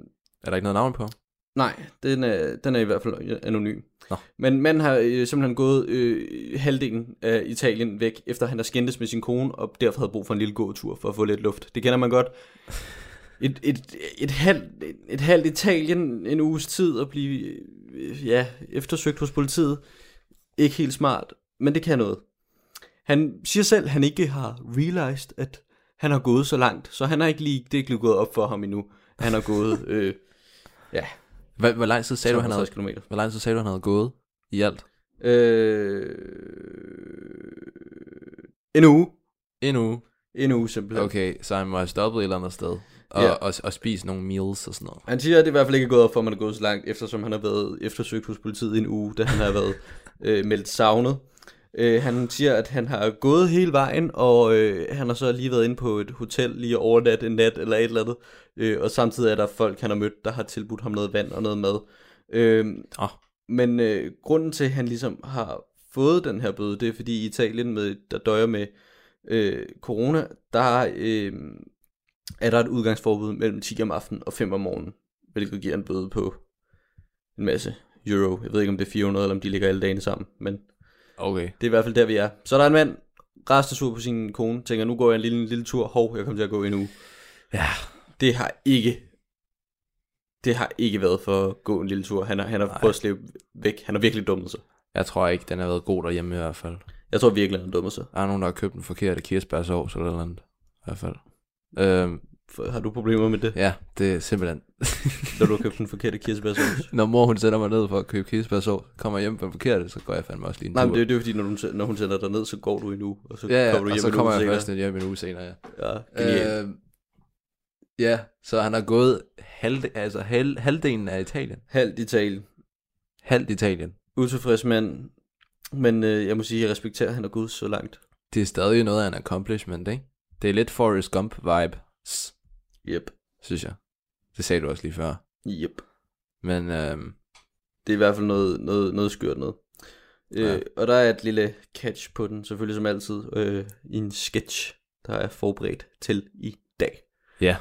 Speaker 4: Er der ikke noget navn på?
Speaker 5: Nej, den er, den er i hvert fald anonym.
Speaker 4: Nå.
Speaker 5: Men manden har øh, simpelthen gået øh, halvdelen af Italien væk, efter han har skændtes med sin kone, og derfor havde brug for en lille gåtur for at få lidt luft. Det kender man godt. Et, et, et, halvt, et, et halvt Italien en uges tid at blive øh, ja, eftersøgt hos politiet. Ikke helt smart, men det kan noget. Han siger selv, at han ikke har realized, at han har gået så langt, så han har ikke lige, det er ikke lige gået op for ham endnu. Han har gået... Øh,
Speaker 4: Hvor, hvor lang tid sagde du, han havde,
Speaker 5: 350 kilometer.
Speaker 4: hvor lang tid sagde du, han havde gået i alt?
Speaker 5: Øh, en uge.
Speaker 4: En uge.
Speaker 5: En uge simpelthen. Okay.
Speaker 4: Okay, så han må have stoppet et eller andet sted. Og,
Speaker 5: Ja.
Speaker 4: yeah. og, og spise nogle meals og sådan noget.
Speaker 5: Han siger, at det i hvert fald ikke er gået op for, at man er gået så langt, eftersom han har været eftersøgt hos politiet i en uge, da han har været øh, meldt savnet. Øh, han siger, at han har gået hele vejen, og øh, han har så lige været inde på et hotel, lige at overnatte en nat eller et eller andet. Øh, og samtidig er der folk, han har mødt, der har tilbudt ham noget vand og noget mad. Øh,
Speaker 4: Åh.
Speaker 5: Men øh, grunden til, at han ligesom har fået den her bøde, det er fordi i Italien, med, der døjer med øh, corona, der øh, er der et udgangsforbud mellem 10 om aftenen og 5 om morgenen, hvilket giver en bøde på en masse euro. Jeg ved ikke, om det er 400, eller om de ligger alle dagene sammen, men
Speaker 4: Okay.
Speaker 5: det er i hvert fald der, vi er. Så er der en mand, resten sur på sin kone, tænker, nu går jeg en lille, lille tur, hov, jeg kommer til at gå en uge.
Speaker 4: Ja.
Speaker 5: Det har ikke det har ikke været for at gå en lille tur. Han har, han har prøvet at slippe væk. Han har virkelig dummet sig.
Speaker 4: Jeg tror ikke, den har været god derhjemme i hvert fald.
Speaker 5: Jeg tror virkelig, han dummer sig.
Speaker 4: Der er nogen, der har købt den forkerte kirsebærsovs eller noget andet. I hvert fald. Øhm,
Speaker 5: For- Har du problemer med det,
Speaker 4: ja, det er simpelthen...
Speaker 5: når du har købt den forkerte kirsebærsauce?
Speaker 4: Når mor hun sætter mig ned for at købe kirsebærsovs, kommer jeg hjem på den forkerte, så går jeg fandme også lige en
Speaker 5: Nej,
Speaker 4: tur.
Speaker 5: men det, er- det er fordi, når, du, når hun sender dig ned, så går du en uge, og så
Speaker 4: Ja, ja,
Speaker 5: kommer du
Speaker 4: og
Speaker 5: hjem
Speaker 4: så
Speaker 5: en
Speaker 4: kommer
Speaker 5: uge
Speaker 4: jeg
Speaker 5: senere.
Speaker 4: først hjem en uge senere, ja.
Speaker 5: Ja, genialt.
Speaker 4: Øh, ja, så han har gået halvde, altså halv, halvdelen af Italien.
Speaker 5: Halvt i tale.
Speaker 4: Halvt Italien.
Speaker 5: Utilfreds mand. Men øh, jeg må sige, jeg respekterer, at han er gået så langt.
Speaker 4: Det er stadig noget af en accomplishment, ikke? Det er lidt Forrest Gump vibe,
Speaker 5: Yep.
Speaker 4: synes jeg. Det sagde du også lige før.
Speaker 5: Yep.
Speaker 4: Men øhm,
Speaker 5: Det er i hvert fald noget, noget, noget skørt noget.
Speaker 4: Ja.
Speaker 5: Ja. Øh, og der er et lille catch på den, selvfølgelig som altid, øh, i en sketch, der er forberedt til i dag.
Speaker 4: ja.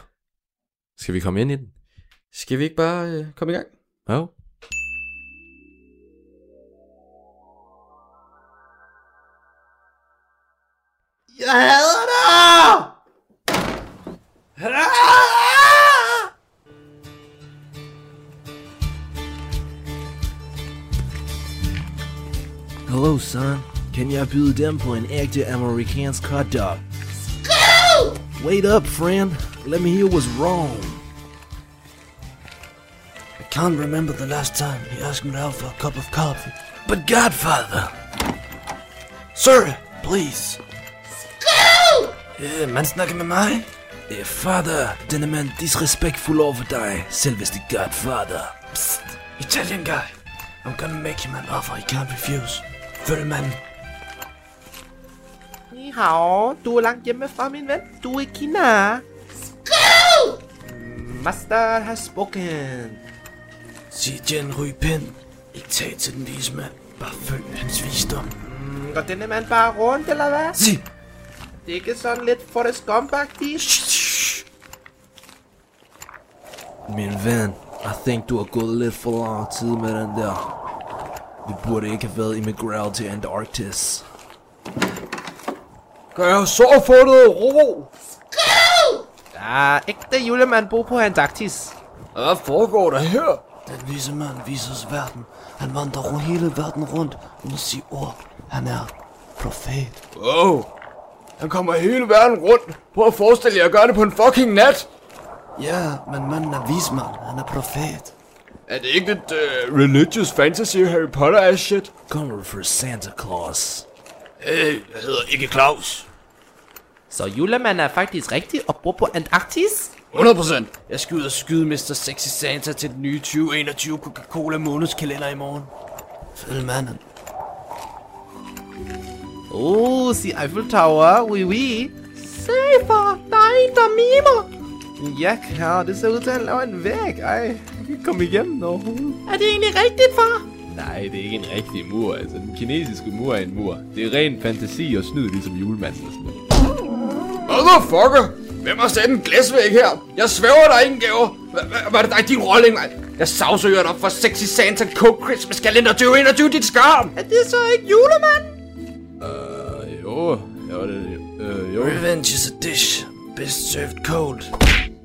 Speaker 4: Skal vi komme ind i den?
Speaker 5: Skal vi ikke bare øh, komme i gang?
Speaker 4: Jo.
Speaker 5: Jeg hader dig!
Speaker 6: Hello, son. Can you byde dem på en ægte amerikansk hotdog? Wait up, friend. Let me hear what's wrong. I can't remember the last time he asked me out for a cup of coffee. But Godfather! Sir, please. Øh, man snakker med mig? Øh, father, denne mand disrespektfuld over for dig, selveste Godfather. Psst, Italian guy. I'm gonna make him an offer he can't refuse. Følg manden.
Speaker 7: Ni hao, du er langt hjemme fra min ven. Du er i Kina. Skru! Master has spoken.
Speaker 8: Sig Jen Rypen. Ikke tag til den vise mand. Bare følg hans visdom.
Speaker 7: Mm, Går denne mand bare rundt, eller hvad?
Speaker 8: Sig!
Speaker 7: Det er ikke sådan lidt for det skumbakke,
Speaker 6: Min ven, I think du har gået lidt for lang tid med den der. Vi burde ikke have været immigreret til Antarktis.
Speaker 4: Gør så for det ro!
Speaker 7: Der er ægte julemand bo på Antarktis.
Speaker 4: Hvad foregår der her?
Speaker 8: Den vise mand viser os verden. Han vandrer rundt hele verden rundt uden at sige ord. Han er profet.
Speaker 4: Wow. Han kommer hele verden rundt. Prøv at forestille jer at gøre det på en fucking nat.
Speaker 8: Ja, men manden er vismand. Han er profet.
Speaker 4: Er det ikke lidt uh, religious fantasy Harry Potter ass shit?
Speaker 6: Kommer for Santa Claus.
Speaker 8: Hey, jeg hedder ikke Claus.
Speaker 7: Så julemanden er faktisk rigtig og bor på Antarktis?
Speaker 8: 100%. Jeg skal ud og skyde Mr. Sexy Santa til den nye 2021 Coca-Cola månedskalender i morgen. Følg manden.
Speaker 7: Oh, sig Eiffel Tower, oui oui. Se far, der er en, der mimer. Ja, kære, det ser ud til, at han laver en væg. Ej, jeg kan ikke komme igennem overhovedet. Er det egentlig rigtigt, far?
Speaker 9: Nej, det er ikke en rigtig mur. Altså, den kinesiske mur er en mur. Det er ren fantasi og snyd, ligesom julemanden og sådan noget.
Speaker 4: Motherfucker! Hvem har sat en glasvæg her? Jeg svæver der er ingen gaver. Hvad- hvad- Hvad er det dig, din rolling, mand? Jeg sagsøger dig for Sexy Santa Coke Christmas Calendar 2021, dit skarm!
Speaker 7: Er det så ikke julemanden?
Speaker 9: Øh, jo. Jo, det, øh, jo.
Speaker 8: Revenge is a dish. Best served cold.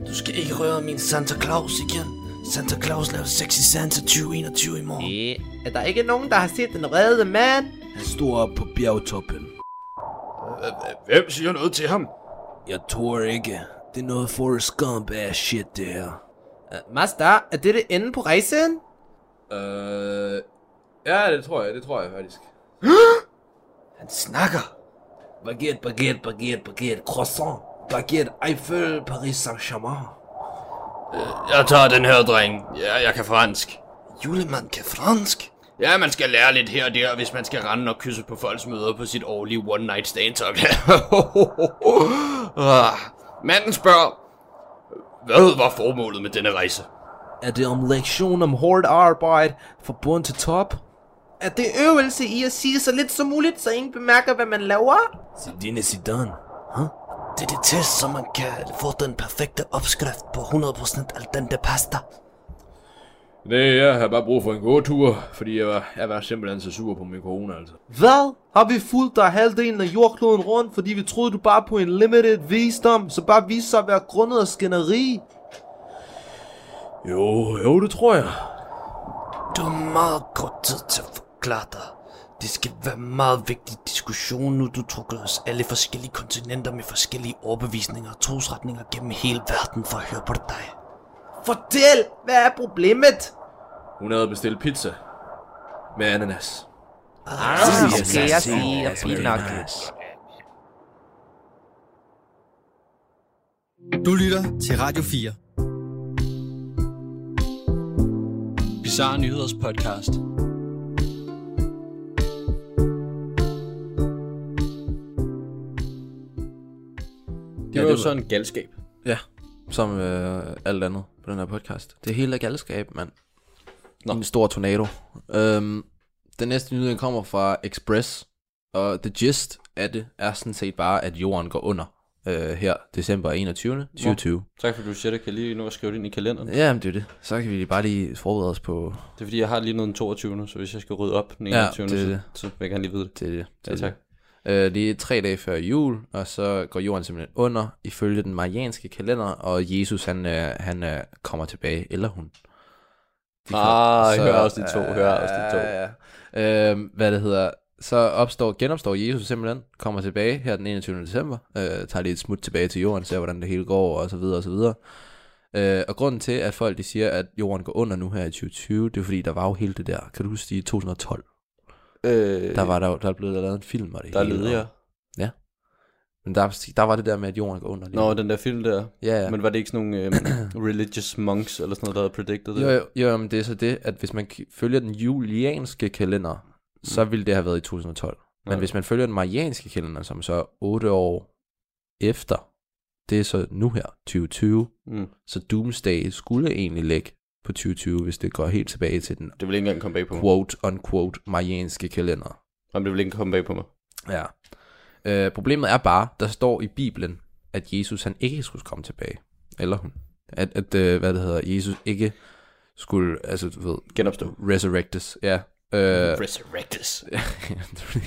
Speaker 8: Du skal ikke røre min Santa Claus igen. Santa Claus laver Sexy Santa 2021 i morgen.
Speaker 7: Nej, er der ikke nogen, der har set den redde mand?
Speaker 6: Han stod op på bjergtoppen.
Speaker 4: Hvem siger noget til ham?
Speaker 6: Jeg tror ikke. Det er noget Forrest Gump ass shit, det her.
Speaker 7: Uh, master, er det det ende på rejsen?
Speaker 9: Øh, ja, det tror jeg. Det tror jeg faktisk.
Speaker 8: Han snakker.
Speaker 6: Baguette, baguette, baguette, baguette, croissant. Baguette, Eiffel, Paris Saint-Germain.
Speaker 8: Jeg tager den her, dreng. Ja, jeg kan fransk. Julemand kan fransk? Ja, man skal lære lidt her og der, hvis man skal rende og kysse på folks møder på sit årlige one night stand talk. Ah, Manden spørger, hvad var formålet med denne rejse?
Speaker 6: Er det om lektion om hårdt arbejde fra bund til top?
Speaker 7: Er det øvelse i at sige så lidt som muligt, så ingen bemærker, hvad man laver?
Speaker 6: Zidane Zidane.
Speaker 8: Det er det test, så man kan få den perfekte opskrift på 100% al den der pasta.
Speaker 9: Nej, jeg har bare brug for en god tur, fordi jeg var, jeg var simpelthen så sur på min corona, altså.
Speaker 7: Hvad? Har vi fulgt dig halvdelen af jordkloden rundt, fordi vi troede, du bare på en limited visdom, så bare viste sig at være grundet af skænderi?
Speaker 9: Jo, jo, det tror jeg.
Speaker 8: Du har meget kort tid til at forklare dig. Det skal være en meget vigtig diskussion, nu du trukker os alle forskellige kontinenter med forskellige overbevisninger og trosretninger gennem hele verden for at høre på dig.
Speaker 7: Fortæl, hvad er problemet?
Speaker 9: Hun havde bestilt pizza. Med ananas.
Speaker 8: Ah,
Speaker 7: okay, jeg siger,
Speaker 10: altså,
Speaker 7: fint nok.
Speaker 10: Du lytter til Radio 4. Bizarre Nyheders podcast.
Speaker 5: Det var jo sådan en galskab.
Speaker 4: Ja, som øh, alt andet på den her podcast. Det hele er galskab, mand. Nå. En stor tornado. Øhm, den næste nyhed den kommer fra Express, og the gist af det er sådan set bare, at jorden går under øh, her december 21. 2020.
Speaker 5: Tak for, at du siger det. Kan jeg lige nu skrive det ind i kalenderen?
Speaker 4: Ja, men det er jo det. Så kan vi lige bare lige forberede os på
Speaker 5: Det er fordi, jeg har lige noget den 22. Så hvis jeg skal rydde op den
Speaker 4: Ja,
Speaker 5: 21.
Speaker 4: det er
Speaker 5: så,
Speaker 4: det.
Speaker 5: så vil jeg gerne lige vide det.
Speaker 4: det. det, det
Speaker 5: Ja, tak.
Speaker 4: Øh, det er tre dage før jul, og så går jorden simpelthen under, ifølge den marianske kalender, og Jesus han, øh, han øh, kommer tilbage, eller hun. De
Speaker 5: Ah, hør afsnit to, hør afsnit to.
Speaker 4: Ja, ja. Øhm, hvad det hedder, så opstår, genopstår Jesus simpelthen, kommer tilbage her den 21. december, øh, tager lige et smut tilbage til jorden, ser hvordan det hele går, og så videre, og så videre. Øh, og grunden til, at folk de siger, at jorden går under nu her i 2020, det er fordi, der var jo hele det der, kan du huske det, i 2012,
Speaker 5: Øh,
Speaker 4: der var der, jo- der blev der lavet en film, og det
Speaker 5: der
Speaker 4: hele,
Speaker 5: leder
Speaker 4: og-
Speaker 5: jeg.
Speaker 4: men der, der var det der med, at jorden går under. lige nu.
Speaker 5: Nå, den der film der.
Speaker 4: ja, ja.
Speaker 5: Men var det ikke sådan nogle øh, religious monks eller sådan noget, der havde predicted det?
Speaker 4: Jo, jo, jo,
Speaker 5: Mm.
Speaker 4: men det er så det, at hvis man k- følger den julianske kalender, så ville det have været i 2012. Men hvis man følger den marianske kalender, som så er 8 år efter, det er så nu her, 2020,
Speaker 5: Mm.
Speaker 4: så Doomsday skulle egentlig ligge på 2020, hvis det går helt tilbage til den
Speaker 5: Det vil ikke engang komme bag på mig.
Speaker 4: quote-unquote marianske kalender.
Speaker 5: Jamen, det vil ikke komme bag på mig.
Speaker 4: Ja. Øh, problemet er bare, der står i Bibelen, at Jesus han ikke skulle komme tilbage. Eller hun. At, at øh, hvad det hedder, Jesus ikke skulle, altså du ved,
Speaker 5: Genopstå.
Speaker 4: resurrectes. Ja. Øh,
Speaker 5: Resurrectus.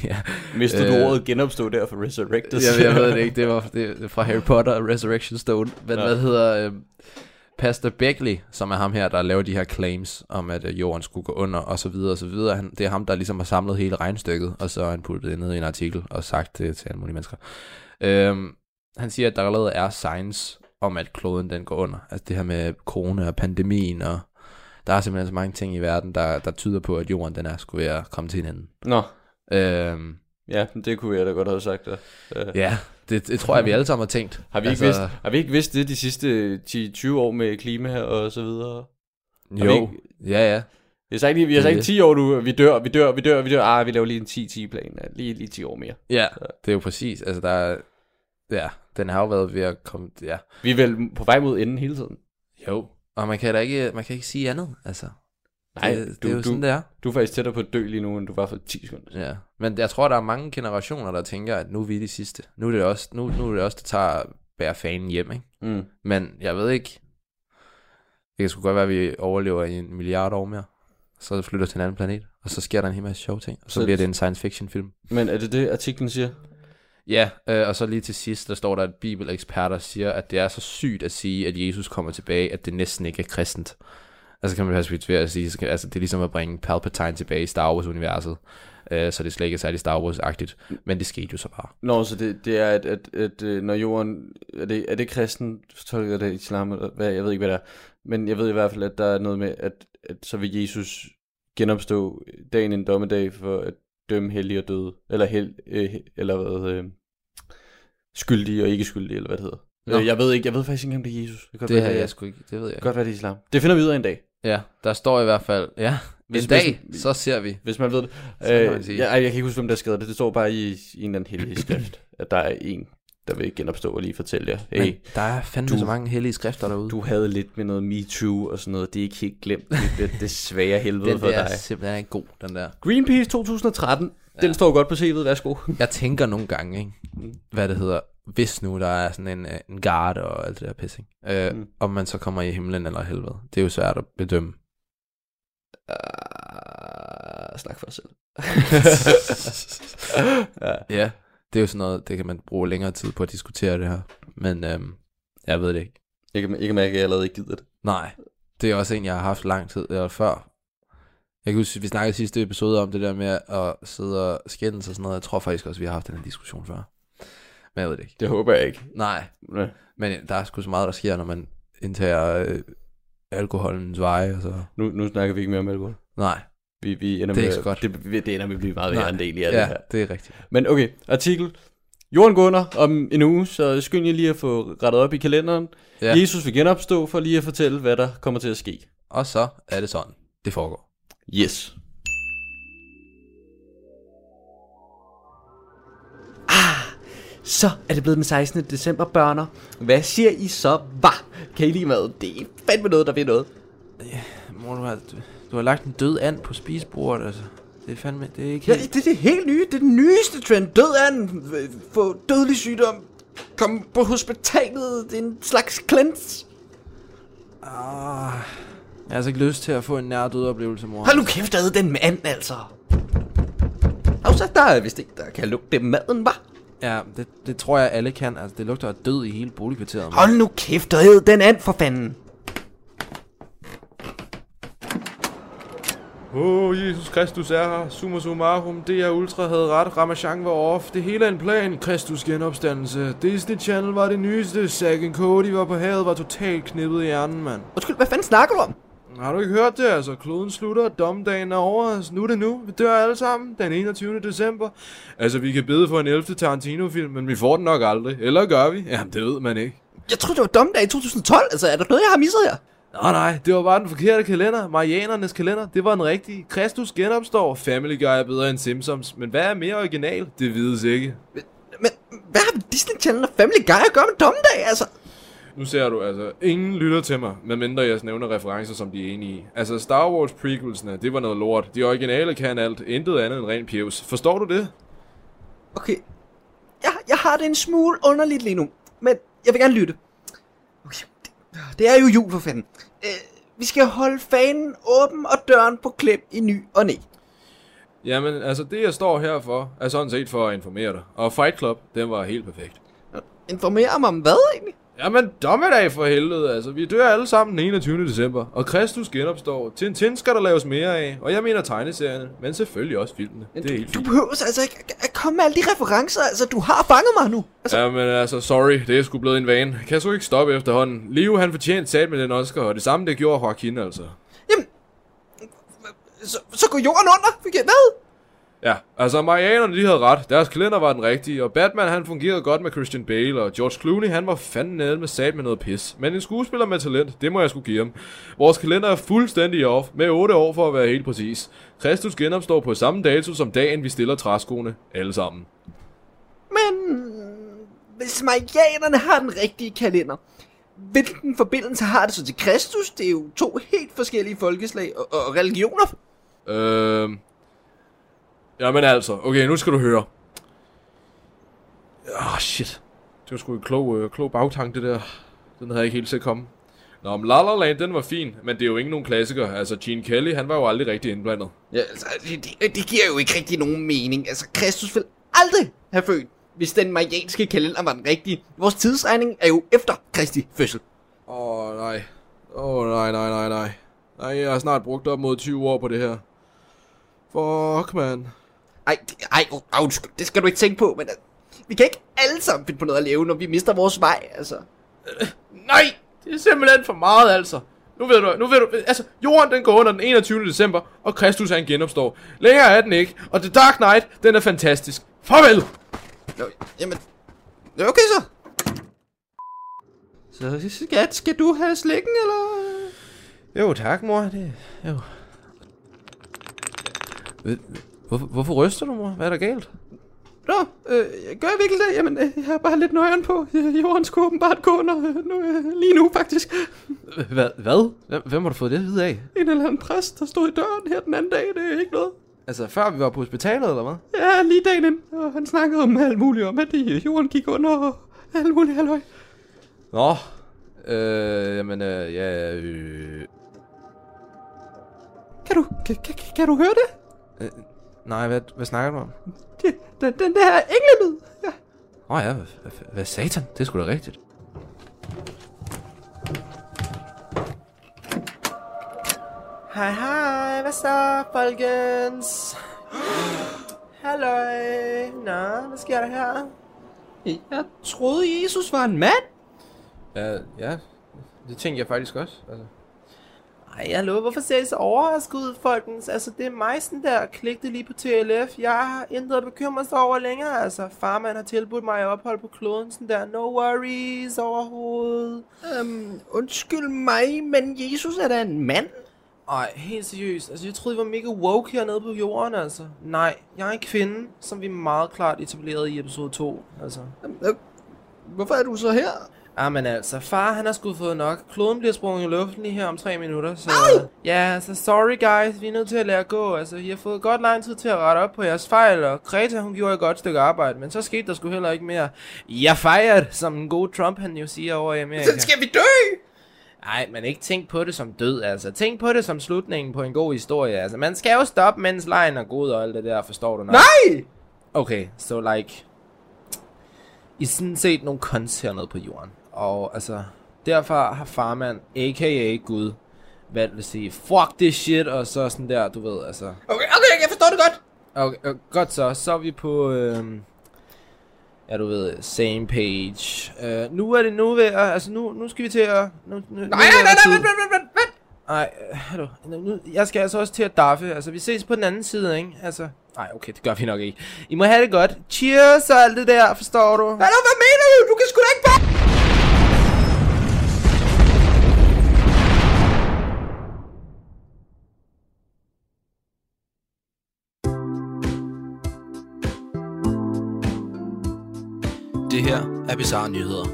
Speaker 4: ja.
Speaker 5: Mistede du
Speaker 4: Øh,
Speaker 5: ordet genopstå der for Resurrectus?
Speaker 4: Jeg, jeg ved det ikke, det var det, er fra Harry Potter og Resurrection Stone. Men
Speaker 5: Nå.
Speaker 4: hvad hedder... Øh, Pastor Beckley, som er ham her, der laver de her claims om, at øh, jorden skulle gå under, og så videre, og så videre. Han, det er ham, der ligesom har samlet hele regnstykket, og så har han puttet det ned i en artikel og sagt det til alle mulige mennesker. Øhm, han siger, at der allerede er signs om, at kloden den går under. Altså det her med corona og pandemien, og der er simpelthen så mange ting i verden, der, der tyder på, at jorden den er skulle være komme til hinanden.
Speaker 5: Nå,
Speaker 4: Øhm,
Speaker 5: ja, men det kunne jeg da godt have sagt. Der. Øh,
Speaker 4: ja, det, det, tror jeg, vi alle sammen har tænkt.
Speaker 5: Har, vi ikke altså... vidst, har vi ikke vidst det de sidste 10-20 år med klima og så videre? har vi
Speaker 4: Jo,
Speaker 5: ikke-
Speaker 4: ja, ja.
Speaker 5: Vi har sagt, vi har sagt
Speaker 4: Det-
Speaker 5: 10 år nu, vi dør, vi dør, vi dør, vi dør. Ah, vi laver lige en 10-10-plan. Ja, Lige, lige 10 år mere.
Speaker 4: Ja, det er jo præcis. Altså, der er, ja, den har jo været ved at komme... Ja.
Speaker 5: Vi er vel på vej mod enden hele tiden.
Speaker 4: Jo. Og man kan da ikke, man kan ikke sige andet, altså.
Speaker 5: Nej,
Speaker 4: det, det
Speaker 5: du-
Speaker 4: er jo
Speaker 5: du-
Speaker 4: sådan, det er.
Speaker 5: Du er faktisk tættere på at dø lige nu, end du var for 10 sekunder. siden.
Speaker 4: Ja. Men jeg tror, der er mange generationer, der tænker, at nu er vi de sidste. Nu er det også, nu, nu er det også der tager bærer fanen hjem, ikke?
Speaker 5: Mm.
Speaker 4: Men jeg ved ikke... Det kan sgu godt være, at vi overlever i en milliard år mere. Så flytter til en anden planet, og så sker der en hel masse sjove ting. Og så,
Speaker 5: Så-
Speaker 4: så bliver det en science fiction film.
Speaker 5: Men er det det, artiklen siger?
Speaker 4: Ja, øh, og så lige til sidst, der står der, at bibeleksperter siger, at det er så sygt at sige, at Jesus kommer tilbage, at det næsten ikke er kristent. Altså kan man perspektivere at sige, så kan- altså det er ligesom at bringe Palpatine tilbage i Star Wars-universet, øh, så det slet ikke er særlig Star Wars-agtigt, men det skete jo så bare.
Speaker 5: Nå, så det, det er, at, at, at øh, når jorden... Er det, er det kristen, Du tolker det islam, eller hvad, jeg ved ikke, hvad det er. Men jeg ved i hvert fald, at der er noget med, at, at så vil Jesus genopstå dagen en dommedag for at dømme hellige og døde. Eller, hel, øh, he- eller hvad... Øh, skyldige og ikke skyldige, eller hvad det hedder.
Speaker 4: Nå.
Speaker 5: Øh, Jeg ved ikke, jeg ved faktisk ikke, om det er Jesus. Det kan godt
Speaker 4: Det
Speaker 5: være,
Speaker 4: har
Speaker 5: det
Speaker 4: jeg
Speaker 5: er,
Speaker 4: sgu ikke, det ved jeg ikke.
Speaker 5: godt være, det er islam. Det finder vi ud af en dag.
Speaker 4: Ja, der står i hvert fald, ja,
Speaker 5: Hvis-
Speaker 4: en dag,
Speaker 5: hvis-
Speaker 4: så ser vi.
Speaker 5: Hvis man ved det.
Speaker 4: Så kan man
Speaker 5: Øh,
Speaker 4: sige.
Speaker 5: jeg, jeg kan ikke huske, hvem der skrev det. Det står bare i, i en eller anden hellig skrift, at der er en, der vil genopstå og lige fortælle jer. Hey,
Speaker 4: Men der er fandme
Speaker 5: du-
Speaker 4: så mange hellige skrifter derude.
Speaker 5: du havde lidt med noget MeToo og sådan noget. Det er ikke helt glemt. Det bliver det svære helvede
Speaker 4: den
Speaker 5: for
Speaker 4: der
Speaker 5: dig.
Speaker 4: er simpelthen ikke god, den der.
Speaker 5: Greenpeace 2013. Ja. Den
Speaker 4: Ja.
Speaker 5: står godt på CV'et. Værsgo.
Speaker 4: Jeg tænker nogle gange, ikke? hvad det hedder, hvis nu der er sådan en, øh, en garde og alt det der pissing, øh,
Speaker 5: Mm.
Speaker 4: mm. om man så kommer i himlen eller helvede. Det er jo svært at bedømme.
Speaker 5: Uh, snak for dig selv. ja.
Speaker 4: Ja. Det er jo sådan noget, det kan man bruge længere tid på at diskutere det her. Men øhm, jeg ved det ikke.
Speaker 5: Jeg kan, jeg kan mærke, at jeg allerede ikke gider det.
Speaker 4: Nej, det er også en, jeg har haft lang tid eller før. Jeg kan huske, vi snakkede i sidste episode om det der med at sidde og skændes og sådan noget. Jeg tror faktisk også, vi har haft den her diskussion før. Men jeg ved det ikke.
Speaker 5: Det håber jeg ikke.
Speaker 4: Nej,
Speaker 5: Nej.
Speaker 4: men der er sgu så meget, der sker, når man indtager øh, alkoholens veje. Og så.
Speaker 5: Nu, nu snakker vi ikke mere om alkohol.
Speaker 4: Nej,
Speaker 5: Vi, vi ender
Speaker 4: Det er
Speaker 5: med,
Speaker 4: ikke så godt.
Speaker 5: Det, vi- det ender med at blive meget
Speaker 4: Nej.
Speaker 5: værre end det egentlig er det
Speaker 4: ja,
Speaker 5: her.
Speaker 4: det er rigtigt.
Speaker 5: Men okay, artikel. Jorden går under om en uge, så skynd jer lige at få rettet op i kalenderen. Ja.
Speaker 4: Ja.
Speaker 5: Jesus vil genopstå for lige at fortælle, hvad der kommer til at ske.
Speaker 4: Og så er det sådan, det foregår.
Speaker 5: Yes. Ah, Så er det blevet den 16. december, børner. Hvad siger I så? Hvad? Kan I lige med? Det er fandme noget, der ved noget.
Speaker 4: Mor, du har, du, du har lagt en død and på spisebordet, altså. Det er fandme, det er ikke
Speaker 5: Ja, det det er det helt nye. Det er den nyeste trend. Død anden. Få dødelig sygdom. Kom på hospitalet. Det er en slags cleanse.
Speaker 4: Jeg har altså ikke lyst til at få en nær død oplevelse, mor.
Speaker 5: Hold nu kæft, ad den mand, altså. Og så der er vist ikke, der kan lugte maden, hva?
Speaker 4: Ja, det, det tror jeg alle kan. Altså, det lugter af død i hele boligkvarteret, mor.
Speaker 5: Hold nu kæft, og ad den and for fanden.
Speaker 7: Åh, oh, Jesus Kristus er her. Summa summarum, det er Ultra havde ret. Ramachan var off. Det hele er en plan. Kristus genopstandelse. Disney Channel var det nyeste. Zack and Cody var på havet, var totalt knippet i hjernen, mand.
Speaker 5: Undskyld, hvad fanden snakker du om?
Speaker 7: Har du ikke hørt det, altså? Kloden slutter, domdagen er over, altså, nu er det nu. Vi dør alle sammen den 21. december. Altså, vi kan bede for en 11. Tarantino-film, men vi får den nok aldrig. Eller gør vi? Jamen, det ved man ikke.
Speaker 5: Jeg troede, det var dommedag i 2012. Altså, er der noget, jeg har misset her?
Speaker 9: Nej, nej, det var bare den forkerte kalender. Marianernes kalender, det var den rigtige. Kristus genopstår. Family Guy er bedre end Simpsons. Men hvad er mere original? Det vides ikke.
Speaker 7: Men hvad har Disney Channel og Family Guy at gøre med dommedag, altså?
Speaker 9: Nu ser du altså, ingen lytter til mig, medmindre jeg nævner referencer, som de er enige i. Altså, Star Wars prequelsene, det var noget lort. De originale kan alt, intet andet end ren pjevs. Forstår du det?
Speaker 7: Okay, jeg, jeg har det en smule underligt lige nu, men jeg vil gerne lytte. Okay, det, det er jo jul for fanden. Øh, vi skal holde fanen åben og døren på klem i ny og næ.
Speaker 9: Jamen, altså det jeg står her for, er sådan set for at informere dig. Og Fight Club, den var helt perfekt.
Speaker 7: Informere mig om hvad egentlig?
Speaker 9: Jamen, dommedag for helvede, altså. Vi dør alle sammen den 21. december, og Kristus genopstår. Tintin skal der laves mere af, og jeg mener tegneserierne, men selvfølgelig også filmene. Det er helt
Speaker 7: Du
Speaker 9: fint.
Speaker 7: behøver altså ikke at- at komme med alle de referencer, altså du har fanget mig nu. Altså,
Speaker 9: Jamen altså, sorry, det er sgu blevet en vane. Kan så ikke stoppe efterhånden. Leo han fortjente sat med den Oscar, og det samme det gjorde Joaquin altså.
Speaker 7: så, så går jorden under, fik jeg hvad?
Speaker 9: Ja, altså Marianerne de havde ret. Deres kalender var den rigtige, og Batman han fungerede godt med Christian Bale, og George Clooney han var fanden nede med sat med noget pis. Men en skuespiller med talent, det må jeg skulle give ham. Vores kalender er fuldstændig off, med 8 år for at være helt præcis. Kristus genopstår på samme dato som dagen vi stiller træskoene, alle sammen.
Speaker 7: Men hvis marianerne har den rigtige kalender, hvilken forbindelse har det så til Kristus? Det er jo to helt forskellige folkeslag og, og religioner.
Speaker 9: Øh... Jamen altså, okay, nu skal du høre. Åh, oh, shit. Det var sgu en klog, øh, klog bagtank, det der. Den havde jeg ikke helt set komme. Nå, men La La Land, den var fin, men det er jo ikke nogen klassiker. Altså, Gene Kelly, han var jo aldrig rigtig indblandet.
Speaker 7: Ja, altså, det, det, det giver jo ikke rigtig nogen mening. Altså, Kristus ville aldrig have født, hvis den marianske kalender var den rigtige. Vores tidsregning er jo efter Kristi fødsel.
Speaker 9: Åh, oh, nej. Åh, oh, nej, nej, nej, nej. Nej, jeg har snart brugt op mod 20 år på det her. Fuck, man.
Speaker 7: Ej, det, ej, au, au, det skal du ikke tænke på, men altså, vi kan ikke alle sammen finde på noget at lave, når vi mister vores vej, altså.
Speaker 9: Nej, det er simpelthen for meget, altså. Nu ved du, nu ved du, altså, jorden den går under den 21. december, og Kristus han genopstår. Længere er den ikke, og The Dark Knight, den er fantastisk. Farvel!
Speaker 7: Nå, jamen, ja, okay så. Så skat, skal du have slikken, eller?
Speaker 9: Jo, tak, mor. Det, jo. Hvorfor, hvorfor ryster du, mor? Hvad er der galt?
Speaker 7: Nå, øh, gør jeg virkelig det? Jamen, øh, jeg har bare lidt nøjeren på. Øh, Jorden skulle åbenbart gå under øh, nu, øh, lige nu, faktisk.
Speaker 9: Hvad? hvad? Hvem, hvem har du fået det at vide af?
Speaker 7: En eller anden præst, der stod i døren her den anden dag, det er ikke noget.
Speaker 9: Altså, før vi var på hospitalet, eller hvad?
Speaker 7: Ja, lige dagen inden, og han snakkede om alt muligt, om at øh, jorden gik under og alt muligt halløj.
Speaker 9: Nå. Øh, jamen, øh, ja, øh,
Speaker 7: Kan du, kan, kan, kan du høre det?
Speaker 9: Øh, Nej, hvad, hvad snakker du om?
Speaker 7: det den, den der englelyd. Ja.
Speaker 9: Åh oh, ja, hvad, hvad, hvad satan? Det er sgu da rigtigt.
Speaker 7: Hej, hej, hvad så, folkens? Halløj, nå, hvad sker der her? Jeg troede, Jesus var en mand.
Speaker 9: Ja, ja. Det tænkte jeg faktisk også. Altså.
Speaker 7: Ej, hallo, hvorfor ser I så overrasket ud, folkens? Altså, det er mig sådan der, klikte lige på TLF. Jeg har intet at bekymre sig over længere, altså. Farmand har tilbudt mig at opholde på kloden sådan der. No worries overhovedet. Øhm, undskyld mig, men Jesus er da en mand. Ej, helt seriøst. Altså, jeg troede, I var mega woke hernede på jorden, altså. Nej, jeg er en kvinde, som vi meget klart etablerede i episode 2, altså. Hvorfor er du så her? Jamen altså, far han har sgu fået nok. Kloden bliver sprunget i luften lige her om tre minutter, så... Ja, så sorry guys, vi er nødt til at lære at gå. Altså, I har fået godt lang tid til at rette op på jeres fejl, og Greta hun gjorde et godt stykke arbejde, men så skete der sgu heller ikke mere. Jeg fejrer, som en god Trump han jo siger over i Amerika. Så skal vi dø! Nej, men ikke tænk på det som død, altså. Tænk på det som slutningen på en god historie, altså. Man skal jo stoppe, mens lejen er god og alt det der, forstår du nok? Nej! Okay, so like... I er sådan set nogle cons hernede på jorden. Og altså, derfor har farmand, a.k.a. Gud, valgt at sige, fuck this shit, og så sådan der, du ved, altså. Okay, okay, jeg forstår det godt. Okay, øh, godt så, så er vi på, øhm, ja du ved, same page. Øh, nu er det nu ved, at- altså nu, nu skal vi til at... Nu, nu, nej, nej, nej, nej, vent, vent, vent, vent. Ej, øh, hallo, nu, nu, jeg skal altså også til at daffe, altså vi ses på den anden side, ikke? Altså, nej, okay, det gør vi nok ikke. I må have det godt. Cheers og alt det der, forstår du? Hallo, hvad mener du? Du kan sgu da ikke bare...
Speaker 10: Det her er Bizarre Nyheder.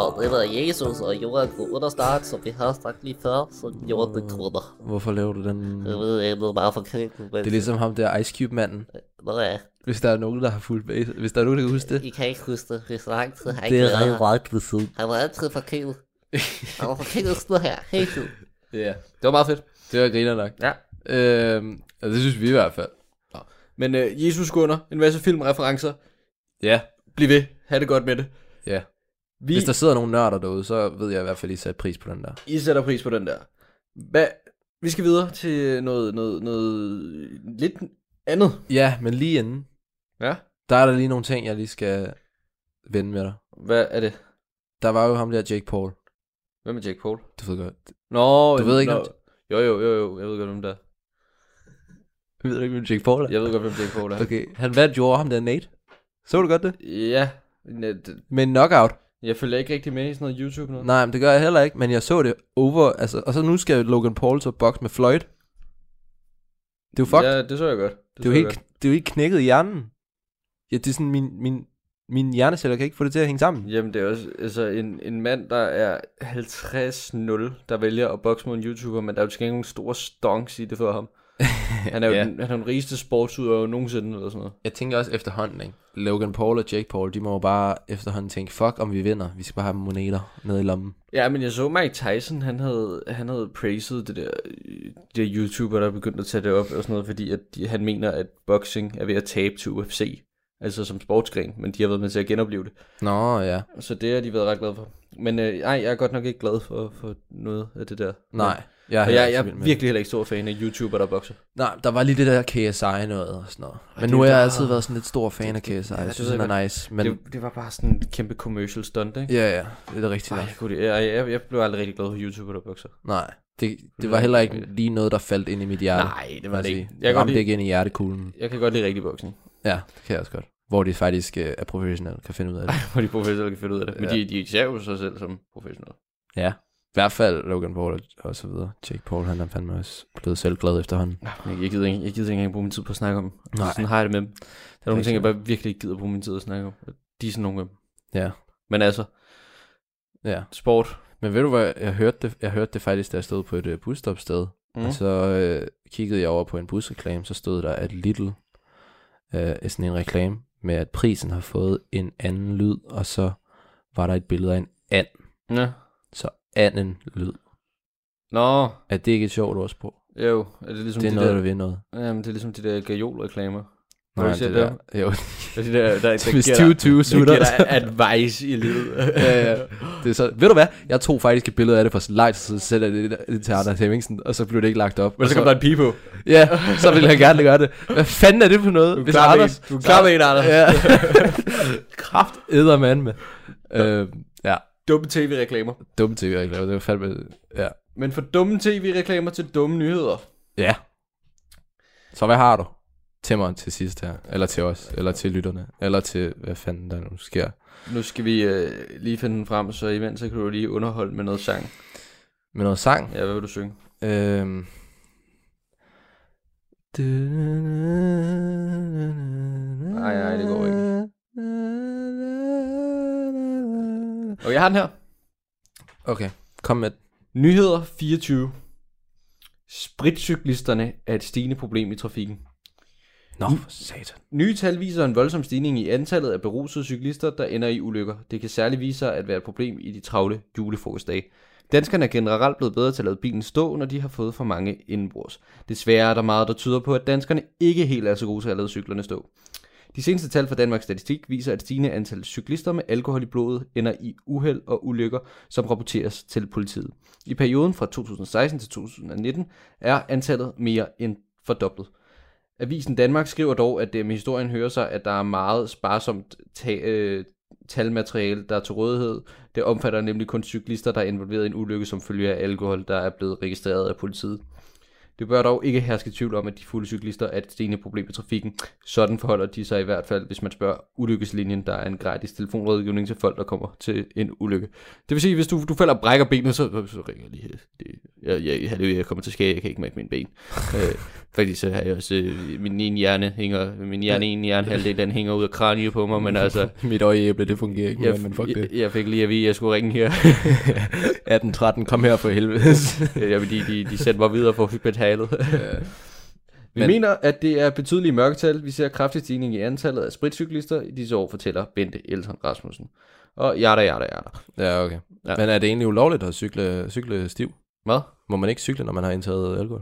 Speaker 11: Og det var Jesus og Johan kunne understarte, som vi har sagt lige før, som
Speaker 4: Mm.
Speaker 11: jorden krunder.
Speaker 4: Hvorfor laver du den?
Speaker 11: Jeg ved ikke, det er meget forkert, men...
Speaker 4: Det er ligesom ham der Ice Cube-manden.
Speaker 11: Nå ja,
Speaker 4: Hvis der er nogen, der har fulgt base. Hvis der er nogen, der kan huske det.
Speaker 11: I kan ikke huske det, hvis lang tid har
Speaker 4: Det
Speaker 11: ikke
Speaker 4: er
Speaker 11: været her.
Speaker 4: ret ved siden.
Speaker 11: Han var altid forkælet. Han var forkælet sådan her, hele tiden.
Speaker 4: Ja,
Speaker 5: Det var meget fedt.
Speaker 4: det var griner nok.
Speaker 5: Ja.
Speaker 4: Øhm, altså, det synes vi i hvert fald.
Speaker 5: Men øh, Jesus Gunner, en masse filmreferencer.
Speaker 4: Ja,
Speaker 5: Bliv ved. Ha' det godt med det.
Speaker 4: ja.
Speaker 5: Vi
Speaker 4: Hvis der sidder nogle nørder derude, så ved jeg i hvert fald, I sætter pris på den der.
Speaker 5: I sætter pris på den der. Hvad? Vi skal videre til noget, noget, noget lidt andet.
Speaker 4: Ja, men lige inden,
Speaker 5: Ja.
Speaker 4: der er der lige nogle ting, jeg lige skal vende med dig.
Speaker 5: Hvad er det?
Speaker 4: Der var jo ham der, Jake Paul.
Speaker 5: Hvem er Jake Paul?
Speaker 4: Du ved godt.
Speaker 5: Nå,
Speaker 4: Du ved ikke,
Speaker 5: nå.
Speaker 4: hvem-
Speaker 5: Jo, jo, jo, jo. Jeg ved godt, hvem der er.
Speaker 4: Jeg ved ikke, hvem Jake Paul er.
Speaker 5: Jeg ved godt, hvem Jake Paul er.
Speaker 4: Okay, han vandt jo over ham der, Nate. Så du godt det?
Speaker 5: Ja. Ja, det-
Speaker 4: Med en knockout.
Speaker 5: Jeg følger ikke rigtig med i sådan noget YouTube noget.
Speaker 4: Nej, men det gør jeg heller ikke, men jeg så det over, altså, og så nu skal Logan Paul så boxe med Floyd. Det er jo fucked.
Speaker 5: Ja, det så jeg godt.
Speaker 4: det, er jo
Speaker 5: så jeg
Speaker 4: helt, det er jo helt knækket i hjernen. Ja, det er sådan, min, min, min hjerneceller kan ikke få det til at hænge sammen.
Speaker 5: Jamen det er også altså en, en mand, der er 50-0, der vælger at bokse mod en YouTuber, men der er jo til gengæld nogle store stonks i det for ham. Han er jo
Speaker 4: Ja.
Speaker 5: den, han er den rigeste sportsudøver nogensinde, eller sådan noget.
Speaker 4: Jeg tænker også efterhånden, ikke? Logan Paul og Jake Paul, de må jo bare efterhånden tænke, fuck om vi vinder, vi skal bare have moneter ned i lommen.
Speaker 5: Ja, men jeg så Mike Tyson, han havde, han havde praised det der, øh, det der YouTuber, der begyndte at tage det op og sådan noget, fordi at de, han mener, at boxing er ved at tabe til UFC, altså som sportsgren, men de har været med til at genopleve det.
Speaker 4: Nå ja,
Speaker 5: Så det har de været ret glade for. Men øh, ej, jeg er godt nok ikke glad for, for noget af det der.
Speaker 4: nej. Jeg er,
Speaker 5: Og
Speaker 4: heller
Speaker 5: jeg,
Speaker 4: ikke
Speaker 5: jeg
Speaker 4: så vild
Speaker 5: er
Speaker 4: med
Speaker 5: virkelig heller ikke stor fan af YouTuber, der bokser.
Speaker 4: det. Nej, der var lige det der KSI noget og sådan noget. Men
Speaker 5: det
Speaker 4: nu
Speaker 5: er
Speaker 4: har jeg
Speaker 5: der-
Speaker 4: altid været sådan lidt stor fan af KSI. jeg synes,
Speaker 5: ved jeg
Speaker 4: han er nice. Men
Speaker 5: Men... Det, det var bare sådan en kæmpe commercial stunt, ikke?
Speaker 4: ja, ja, det er da rigtigt.
Speaker 5: Ej,
Speaker 4: nok.
Speaker 5: jeg, kunne, det- jeg, jeg, jeg blev aldrig rigtig glad for YouTuber, der bokser.
Speaker 4: Nej, det, det
Speaker 5: ved
Speaker 4: var
Speaker 5: jeg
Speaker 4: heller
Speaker 5: ikke,
Speaker 4: ikke lige noget, der faldt ind i mit hjerte.
Speaker 5: Nej, det
Speaker 4: kan
Speaker 5: var
Speaker 4: jeg
Speaker 5: det
Speaker 4: sige.
Speaker 5: ikke. Jeg
Speaker 4: Jeg
Speaker 5: kan, godt
Speaker 4: ramte det
Speaker 5: lide,
Speaker 4: ikke ind i hjertekuglen.
Speaker 5: jeg kan godt lide rigtig boksning.
Speaker 4: Ja, det kan jeg også godt. Hvor de faktisk øh, er professionelle, kan finde ud af det.
Speaker 5: Hvor de professionelle kan finde ud af det. Men
Speaker 4: Ja.
Speaker 5: de, de ser jo sig selv som professionelle.
Speaker 4: Ja. I hvert fald Logan Paul og- og så videre. Jake Paul, han er fandme også blevet selvglad efterhånden.
Speaker 5: Jeg, jeg, gider ikke, jeg gider ikke engang bruge min tid på at snakke om dem. Altså,
Speaker 4: Nej.
Speaker 5: Sådan har jeg det med dem. Der er nogle
Speaker 4: rigtigt.
Speaker 5: ting, jeg bare virkelig ikke gider bruge min tid at snakke om. Og De er sådan nogle af dem.
Speaker 4: Ja.
Speaker 5: Men altså,
Speaker 4: Ja.
Speaker 5: sport.
Speaker 4: Men ved du hvad, jeg hørte det, jeg hørte det faktisk, da jeg stod på et øh, busstopsted.
Speaker 5: Mm.
Speaker 4: Og så øh, kiggede jeg over på en busreklame, så stod der, at Little øh, sådan en reklame med, at prisen har fået en anden lyd, og så var der et billede af en and.
Speaker 5: Ja.
Speaker 4: Så anden lyd.
Speaker 5: Nå,
Speaker 4: Er det ikke et sjovt ordsprog?
Speaker 5: jo. Er det ligesom
Speaker 4: Det er
Speaker 5: de
Speaker 4: noget, der
Speaker 5: der,
Speaker 4: vil noget.
Speaker 5: Jamen, det er ligesom de der gajol-reklamer. Har
Speaker 4: Nej,
Speaker 5: du set
Speaker 4: det der. Jo,
Speaker 5: Det er de der, der, der, der,
Speaker 4: hvis
Speaker 5: giver dig-
Speaker 4: 2020
Speaker 5: Det
Speaker 4: sutter.
Speaker 5: giver dig advice i livet.
Speaker 4: ja, ja. Det er så, ved du hvad? Jeg tog faktisk et billede af det for light, så sætter jeg det, det til Anders Hemmingsen, og så blev det ikke lagt op.
Speaker 5: Men
Speaker 4: Og
Speaker 5: så kom der en pige på.
Speaker 4: Ja, så ville jeg gerne gøre det. Hvad fanden er det for noget?
Speaker 5: Du er klar med en. Du er klar med en, Anders.
Speaker 4: Ja. Kraft æder man med. Øh, ja,
Speaker 5: Dumme tv-reklamer.
Speaker 4: dumme tv-reklamer. Det var fandme... Ja.
Speaker 5: Men fra dumme tv-reklamer til dumme nyheder.
Speaker 4: ja. Så hvad har du? Til mig til sidst her. Eller til os. Eller til lytterne. Eller til, hvad fanden der nu sker.
Speaker 5: Nu skal vi øh, lige finde den frem, så imens så kan du lige underholde med noget sang.
Speaker 4: Med noget sang.
Speaker 5: Ja, hvad vil du synge?
Speaker 4: Øhm.
Speaker 5: Nej, nej, det går ikke. Okay, jeg har den her.
Speaker 4: Okay, kom med. den.
Speaker 5: Nyheder 24. Spritcyklisterne er et stigende problem i trafikken.
Speaker 4: Nå, for satan.
Speaker 5: Nye tal viser en voldsom stigning i antallet af berusede cyklister, der ender i ulykker. Det kan særligt vise sig at være et problem i de travle julefrokostdage. Danskerne er generelt blevet bedre til at lade bilen stå, når de har fået for mange indenbords. Desværre er der meget, der tyder på, at danskerne ikke helt er så gode til at lade cyklerne stå. De seneste tal fra Danmarks Statistik viser, at stigende antal cyklister med alkohol i blodet ender i uheld og ulykker, som rapporteres til politiet. I perioden fra 2016 til 2019 er antallet mere end fordoblet. Avisen Danmark skriver dog, at det med historien hører sig, at der er meget sparsomt ta- øh, talmateriale, der er til rådighed. Det omfatter nemlig kun cyklister, der er involveret i en ulykke som følge af alkohol, der er blevet registreret af politiet. Det bør dog ikke herske tvivl om, at de fulde cyklister er et stigende problem i trafikken. Sådan forholder de sig i hvert fald, hvis man spørger ulykkeslinjen, der er en gratis telefonrådgivning til folk, der kommer til en ulykke. Det vil sige, hvis du, du falder og brækker benet, så, så ringer jeg lige her. Det,
Speaker 9: jeg, jeg, hallo, jeg kommer til skade, jeg kan ikke mærke mine ben. øh, faktisk så har jeg også, øh, min ene hjerne hænger, min hjerne, ene hjerne halvdel, den hænger ud af kraniet på mig, men altså...
Speaker 4: Mit øjeæble, det fungerer ikke, men fuck det.
Speaker 9: jeg, jeg fik lige at vide, at jeg skulle ringe her.
Speaker 4: 18-13, kom her for helvede.
Speaker 5: Øh,
Speaker 9: ja, men de, de, de sendte mig videre på hospitalet.
Speaker 5: Vi
Speaker 9: Men-
Speaker 5: Men... mener, at det er betydelige mørketal. Vi ser kraftig stigning i antallet af spritcyklister i disse år, fortæller Bente Elton Rasmussen. Og jada, jada, jada.
Speaker 4: Ja, okay.
Speaker 5: Ja.
Speaker 4: Ja. Men er det egentlig ulovligt at cykle, cykle stiv?
Speaker 5: Hvad?
Speaker 4: Må man ikke cykle, når man har indtaget alkohol?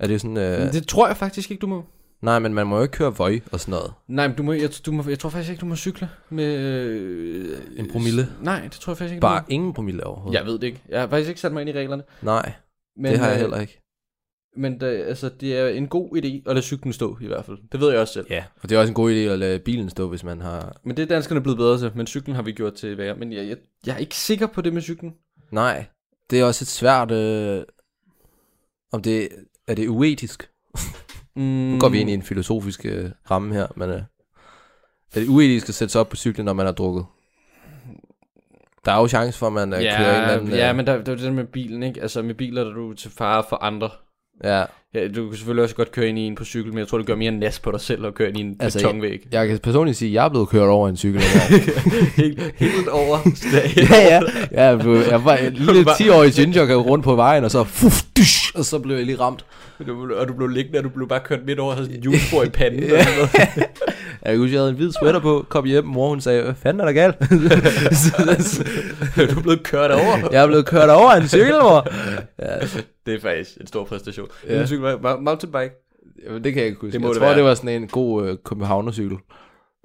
Speaker 4: Er det sådan... Øh...
Speaker 5: Det tror jeg faktisk ikke, du må.
Speaker 4: Nej, men man må jo ikke køre vøj og sådan noget.
Speaker 5: Nej, men du må, jeg, du må, jeg tror faktisk ikke, du må cykle med... Øh,
Speaker 4: En promille?
Speaker 5: s- Nej, det tror jeg faktisk ikke,
Speaker 4: Bare
Speaker 5: du
Speaker 4: ingen promille overhovedet.
Speaker 5: må. Jeg ved det ikke. Jeg har faktisk ikke sat mig ind i reglerne.
Speaker 4: Nej, men, det har jeg
Speaker 5: øh,
Speaker 4: heller ikke.
Speaker 5: Men det, altså, det er en god idé at lade cyklen stå, i hvert fald. Det ved jeg også selv.
Speaker 4: Ja, og det er også en god idé at lade bilen stå, hvis man har...
Speaker 5: Men det er danskerne blevet bedre til, men cyklen har vi gjort til værre. Men jeg, jeg, jeg er ikke sikker på det med cyklen.
Speaker 4: Nej, det er også et svært... Øh... Om det... Er det uetisk? Nu
Speaker 5: Mm,
Speaker 4: går vi ind i en filosofisk øh, ramme her, men... Øh... Er det uetisk at sætte sig op på cyklen, når man har drukket? Der er jo chance for, at man øh,
Speaker 5: ja,
Speaker 4: kører en eller anden... øh,
Speaker 5: Ja, men der, der er det der med bilen, ikke? Altså med biler, der er du til fare for andre.
Speaker 4: Ja,
Speaker 5: Ja, du kan selvfølgelig også godt køre ind i en på cykel, men jeg tror, det gør mere nas på dig selv at køre ind i en altså,
Speaker 4: Altså,
Speaker 5: betonvæg.
Speaker 4: jeg kan personligt sige, at jeg er blevet kørt over en cykel. engang.
Speaker 5: helt, helt over stadig.
Speaker 4: ja, ja. ja jeg, blev, jeg var en lille
Speaker 5: Bare-
Speaker 4: 10-årig ginger, der rundt på vejen, og så... Fuf, dysh, og så blev jeg lige ramt.
Speaker 5: Du, og du blev liggende, og du blev bare kørt midt over og havde sådan en julespor i panden. eller sådan noget.
Speaker 4: Jeg kan huske, jeg havde en hvid sweater på, kom hjem, mor hun sagde, hvad fanden er der galt? Så- så-
Speaker 5: du er blevet kørt over.
Speaker 4: jeg er blevet kørt over af en cykel, mor.
Speaker 5: Det er faktisk en stor præstation.
Speaker 4: Ja.
Speaker 5: Ja. Cykel, var- var- mountainbike.
Speaker 4: Jamen, det kan jeg ikke huske.
Speaker 5: Det
Speaker 4: Det
Speaker 5: må
Speaker 4: jeg
Speaker 5: det
Speaker 4: tror,
Speaker 5: være.
Speaker 4: det var sådan en god øh, Københavnercykel.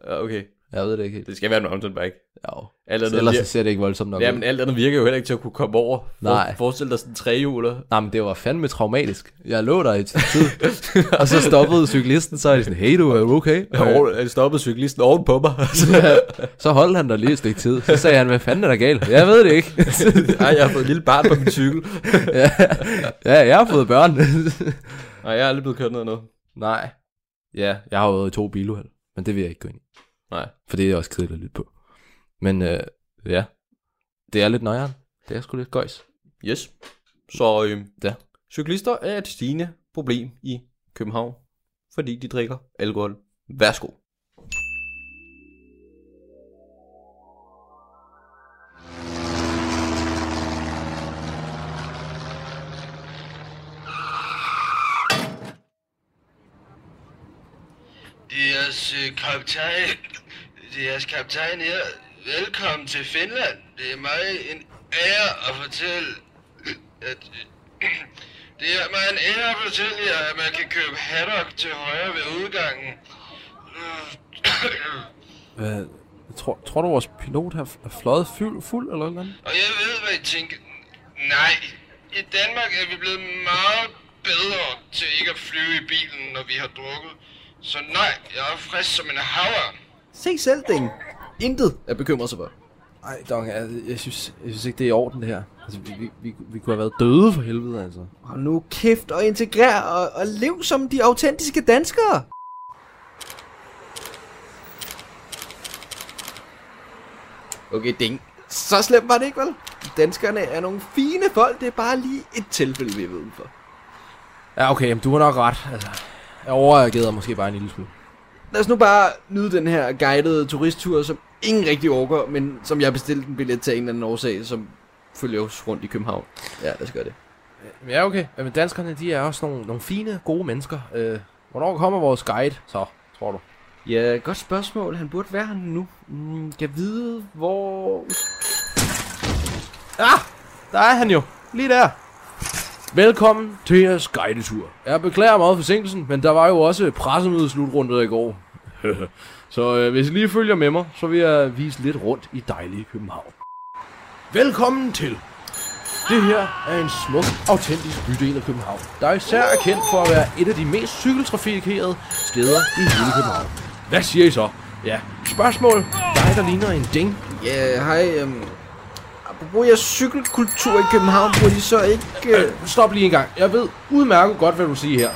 Speaker 5: Ja, Okay,
Speaker 4: Jeg ved det ikke helt.
Speaker 5: det skal være en mountainbike.
Speaker 4: Ja,
Speaker 5: Alt andet,
Speaker 4: ellers så
Speaker 5: vir-
Speaker 4: ser det ikke voldsomt nok
Speaker 5: ja,
Speaker 4: ud.
Speaker 5: men alt andet virker jo heller ikke til at kunne komme over. For-
Speaker 4: Nej.
Speaker 5: Forestil dig sådan en trehjuler.
Speaker 4: Nej, men det var fandme traumatisk. Jeg lå der i et tid, og så stoppede cyklisten, så er de sådan, hey du, er du okay? Og øh,
Speaker 5: Jeg stoppede cyklisten oven på mig.
Speaker 4: så holdt han der lige et stykke tid. Så sagde han, hvad fanden er der galt? Jeg ved det ikke.
Speaker 5: Ej, jeg har fået et lille barn på min cykel.
Speaker 4: ja, ja, jeg har fået børn.
Speaker 5: Nej, jeg er aldrig blevet kørt ned af noget.
Speaker 4: Nej. Ja, jeg har jo været i to biluheld, men det vil jeg ikke gå ind i.
Speaker 5: Nej.
Speaker 4: For det er også kedeligt at lytte på. Men øh, ja, det er lidt nøjeren. Det er sgu lidt gøjs.
Speaker 5: Yes. Så øh,
Speaker 4: Ja.
Speaker 5: cyklister er et stigende problem i København, fordi de drikker alkohol. Værsgo.
Speaker 12: Deres øh, kaptajn, deres kaptajn her. Velkommen til Finland. Det er mig en ære at fortælle, at det er mig en ære at fortælle jer, at man kan købe haddock til højre ved udgangen.
Speaker 4: Hvad? Tror, tror du, vores pilot har er fløjet fuld, fuld eller noget?
Speaker 12: Og jeg ved, hvad I tænker. Nej, i Danmark er vi blevet meget bedre til ikke at flyve i bilen, når vi har drukket. Så nej, jeg er frisk som en havørn.
Speaker 9: Se selv, den. Intet er bekymret sig for.
Speaker 4: Nej, Don, jeg, jeg, synes, jeg synes ikke, det er i orden det her. Altså, vi, vi, vi, vi kunne have været døde for helvede, altså.
Speaker 10: Og nu kæft og integrer og, og lev som de autentiske danskere.
Speaker 9: Okay, ding.
Speaker 10: Så slemt var det ikke, vel? Danskerne er nogle fine folk, det er bare lige et tilfælde, vi er uden for.
Speaker 4: Ja, okay, jamen, du har nok ret. Altså, jeg overreagerede måske bare en lille smule.
Speaker 10: Lad os nu bare nyde den her guidede turisttur, som ingen rigtig overgår, men som jeg bestilte en billet til af en eller anden årsag, som følger os rundt i København. Ja, lad os gøre det.
Speaker 4: Ja, okay. Men danskerne, de er også nogle, nogle fine, gode mennesker. Øh, hvornår kommer vores guide, så, tror du?
Speaker 5: Ja, godt spørgsmål. Han burde være her nu. Mm, kan vide, hvor...
Speaker 4: Ah, der er han jo. Lige der. Velkommen til jeres guidetur. Jeg beklager meget forsinkelsen, men der var jo også pressemødeslutrunden i går. så øh, hvis I lige følger med mig, så vil jeg vise lidt rundt i dejlige København. Velkommen til. Det her er en smuk, autentisk bydel af København, der især er kendt for at være et af de mest cykeltrafikerede steder i hele København. Hvad siger I så? Ja, spørgsmål. Dig, der ligner en ding.
Speaker 10: Ja, hej. Øhm, apropos jeres cykelkultur i København, burde I så ikke... Øh,
Speaker 4: Øh, stop lige en gang. Jeg ved udmærket godt, hvad du siger her.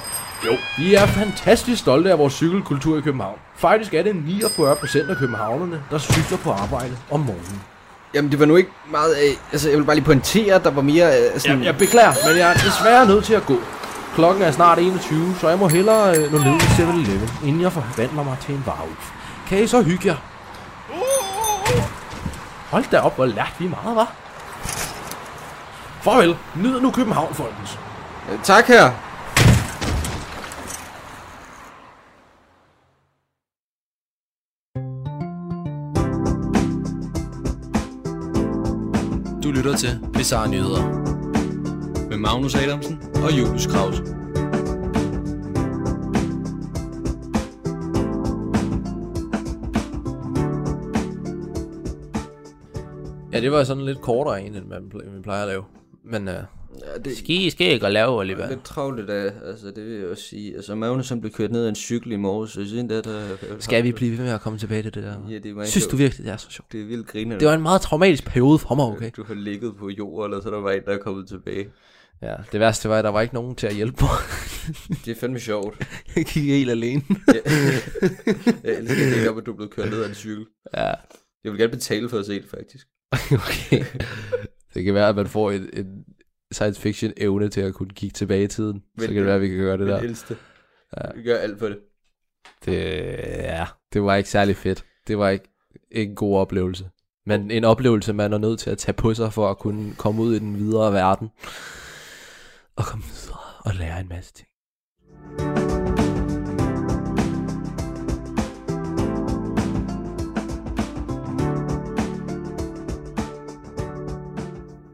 Speaker 4: Jo. Vi er fantastisk stolte af vores cykelkultur i København. Faktisk er det 49 procent af københavnerne, der cykler på arbejde om morgenen.
Speaker 9: Jamen, det var nu ikke meget af... Altså, jeg vil bare lige pointere, at der var mere... øh, Sådan...
Speaker 7: Jeg, jeg beklager, men jeg er desværre nødt til at gå. Klokken er snart 21, så jeg må hellere øh, nå ned i 7-Eleven, inden jeg forvandler mig til en varulv. Kan I så hygge jer? Hold da op, hvor lært vi meget, var. Farvel. Nyd nu København, folkens.
Speaker 4: Øh,
Speaker 9: Tak her.
Speaker 10: Du lytter til Bizarre Nyheder. Med Magnus Adamsen og Julius Kraus.
Speaker 4: Ja, det var sådan lidt kortere en, end man, pl- man plejer at lave. Men øh, ja,
Speaker 5: det-
Speaker 4: det... ski, skal ikke at lave, Oliver.
Speaker 5: Lidt travlt i dag, altså det vil jeg også sige. Altså Magnus som blev kørt ned af en cykel i morges, så siden da, der...
Speaker 4: Skal vi blive ved med at komme tilbage til det der?
Speaker 5: Ja, det er meget
Speaker 4: Synes
Speaker 5: sjovt.
Speaker 4: du virkelig, det er så sjovt?
Speaker 5: Det er vildt griner.
Speaker 4: Det var en meget traumatisk periode for mig, okay?
Speaker 5: Du har ligget på jorden, og så er der var en, der er kommet tilbage.
Speaker 4: Ja, det værste var, at der var ikke nogen til at hjælpe mig.
Speaker 5: Det er fandme sjovt.
Speaker 4: jeg gik helt alene.
Speaker 5: Ja. jeg elsker det ikke om, at du er blevet kørt ned af en cykel.
Speaker 4: Ja.
Speaker 5: Jeg vil gerne betale for at se det, faktisk.
Speaker 4: okay. Det kan være, at man får en, en science fiction evne til at kunne kigge tilbage i tiden. så
Speaker 5: Men-
Speaker 4: kan det være, at vi kan gøre det
Speaker 5: men
Speaker 4: der.
Speaker 5: ældste.
Speaker 4: Ja.
Speaker 5: Vi gør alt for det.
Speaker 4: Det, ja, det var ikke særlig fedt. Det var ikke, ikke en god oplevelse. Men en oplevelse, man er nødt til at tage på sig for at kunne komme ud i den videre verden. Og komme videre og lære en masse ting.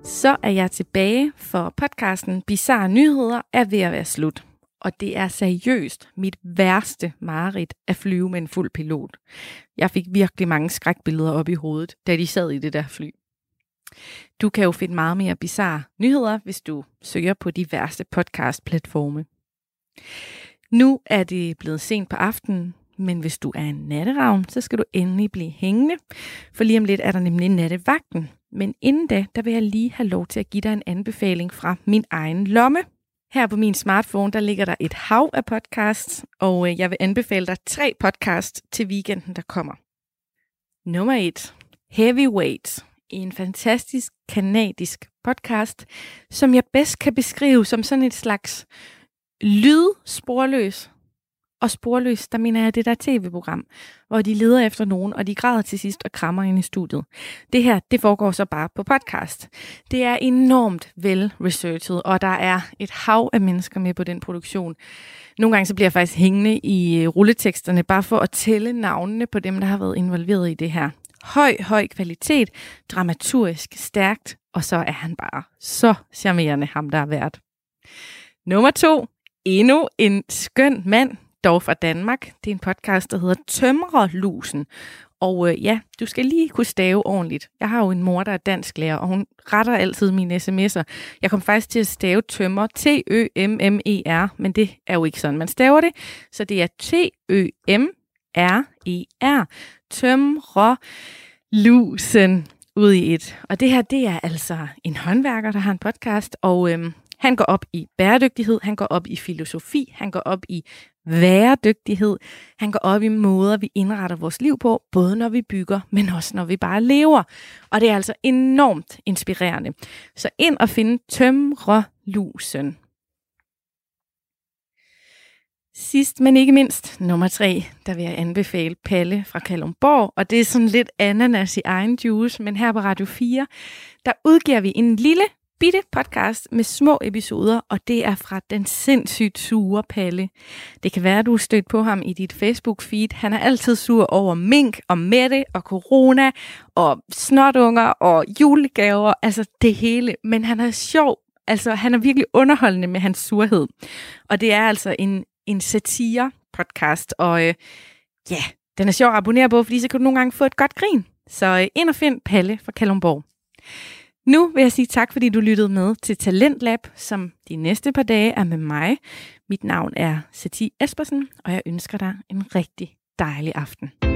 Speaker 1: Så er jeg tilbage, for podcasten Bizarre Nyheder er ved at være slut. Og det er seriøst mit værste mareridt at flyve med en fuld pilot. Jeg fik virkelig mange skrækbilleder op i hovedet, da de sad i det der fly. Du kan jo finde meget mere bizarre nyheder, hvis du søger på de værste podcast-platforme. Nu er det blevet sent på aftenen, men hvis du er en natteravn, så skal du endelig blive hængende, for lige om lidt er der nemlig nattevagten. Men inden da, der vil jeg lige have lov til at give dig en anbefaling fra min egen lomme. Her på min smartphone, der ligger der et hav af podcasts, og øh, jeg vil anbefale dig tre podcasts til weekenden, der kommer. Nummer 1. Heavyweight. En fantastisk kanadisk podcast, som jeg bedst kan beskrive som sådan et slags lyd sporløs. Og sporløs, der mener jeg det der tv-program, hvor de leder efter nogen, og de græder til sidst og krammer ind i studiet. Det her, det foregår så bare på podcast. Det er enormt velresearchet, og der er et hav af mennesker med på den produktion. Nogle gange så bliver jeg faktisk hængende i øh, rulleteksterne, bare for at tælle navnene på dem, der har været involveret i det her. Høj, høj kvalitet, dramaturgisk, stærkt, og så er han bare så charmerende, ham der er vært. Nummer to, endnu en skøn mand, dog fra Danmark. Det er en podcast, der hedder Tømrerlusen. Og øh, ja, du skal lige kunne stave ordentligt. Jeg har jo en mor, der er dansklærer, og hun retter altid mine sms'er. Jeg kom faktisk til at stave tømmer, T-Ø-M-M-E-R, E men det er jo ikke sådan, man staver det. Så det er T-Ø-M-R-E-R, Tømrerlusen ud i et. Og det her, det er altså en håndværker, der har en podcast, og øhm, han går op i bæredygtighed, han går op i filosofi, han går op i væredygtighed, han går op i måder, vi indretter vores liv på, både når vi bygger, men også når vi bare lever. Og det er altså enormt inspirerende. Så ind og finde tømrelusen. Sidst, men ikke mindst, nummer tre, der vil jeg anbefale Palle fra Kalumborg, og det er sådan lidt ananas i egen juice, men her på Radio 4, der udgiver vi en lille bitte podcast med små episoder, og det er fra den sindssygt sure Palle. Det kan være, at du er stødt på ham i dit Facebook-feed. Han er altid sur over mink og mætte og corona og snotunger og julegaver, altså det hele. Men han er sjov, altså han er virkelig underholdende med hans surhed. Og det er altså en, en satire-podcast, og øh, ja, den er sjov at abonnere på, fordi så kan du nogle gange få et godt grin. Så øh, ind og find Palle fra Kalumborg. Nu vil jeg sige tak, fordi du lyttede med til Talentlab, som de næste par dage er med mig. Mit navn er Sati Espersen, og jeg ønsker dig en rigtig dejlig aften.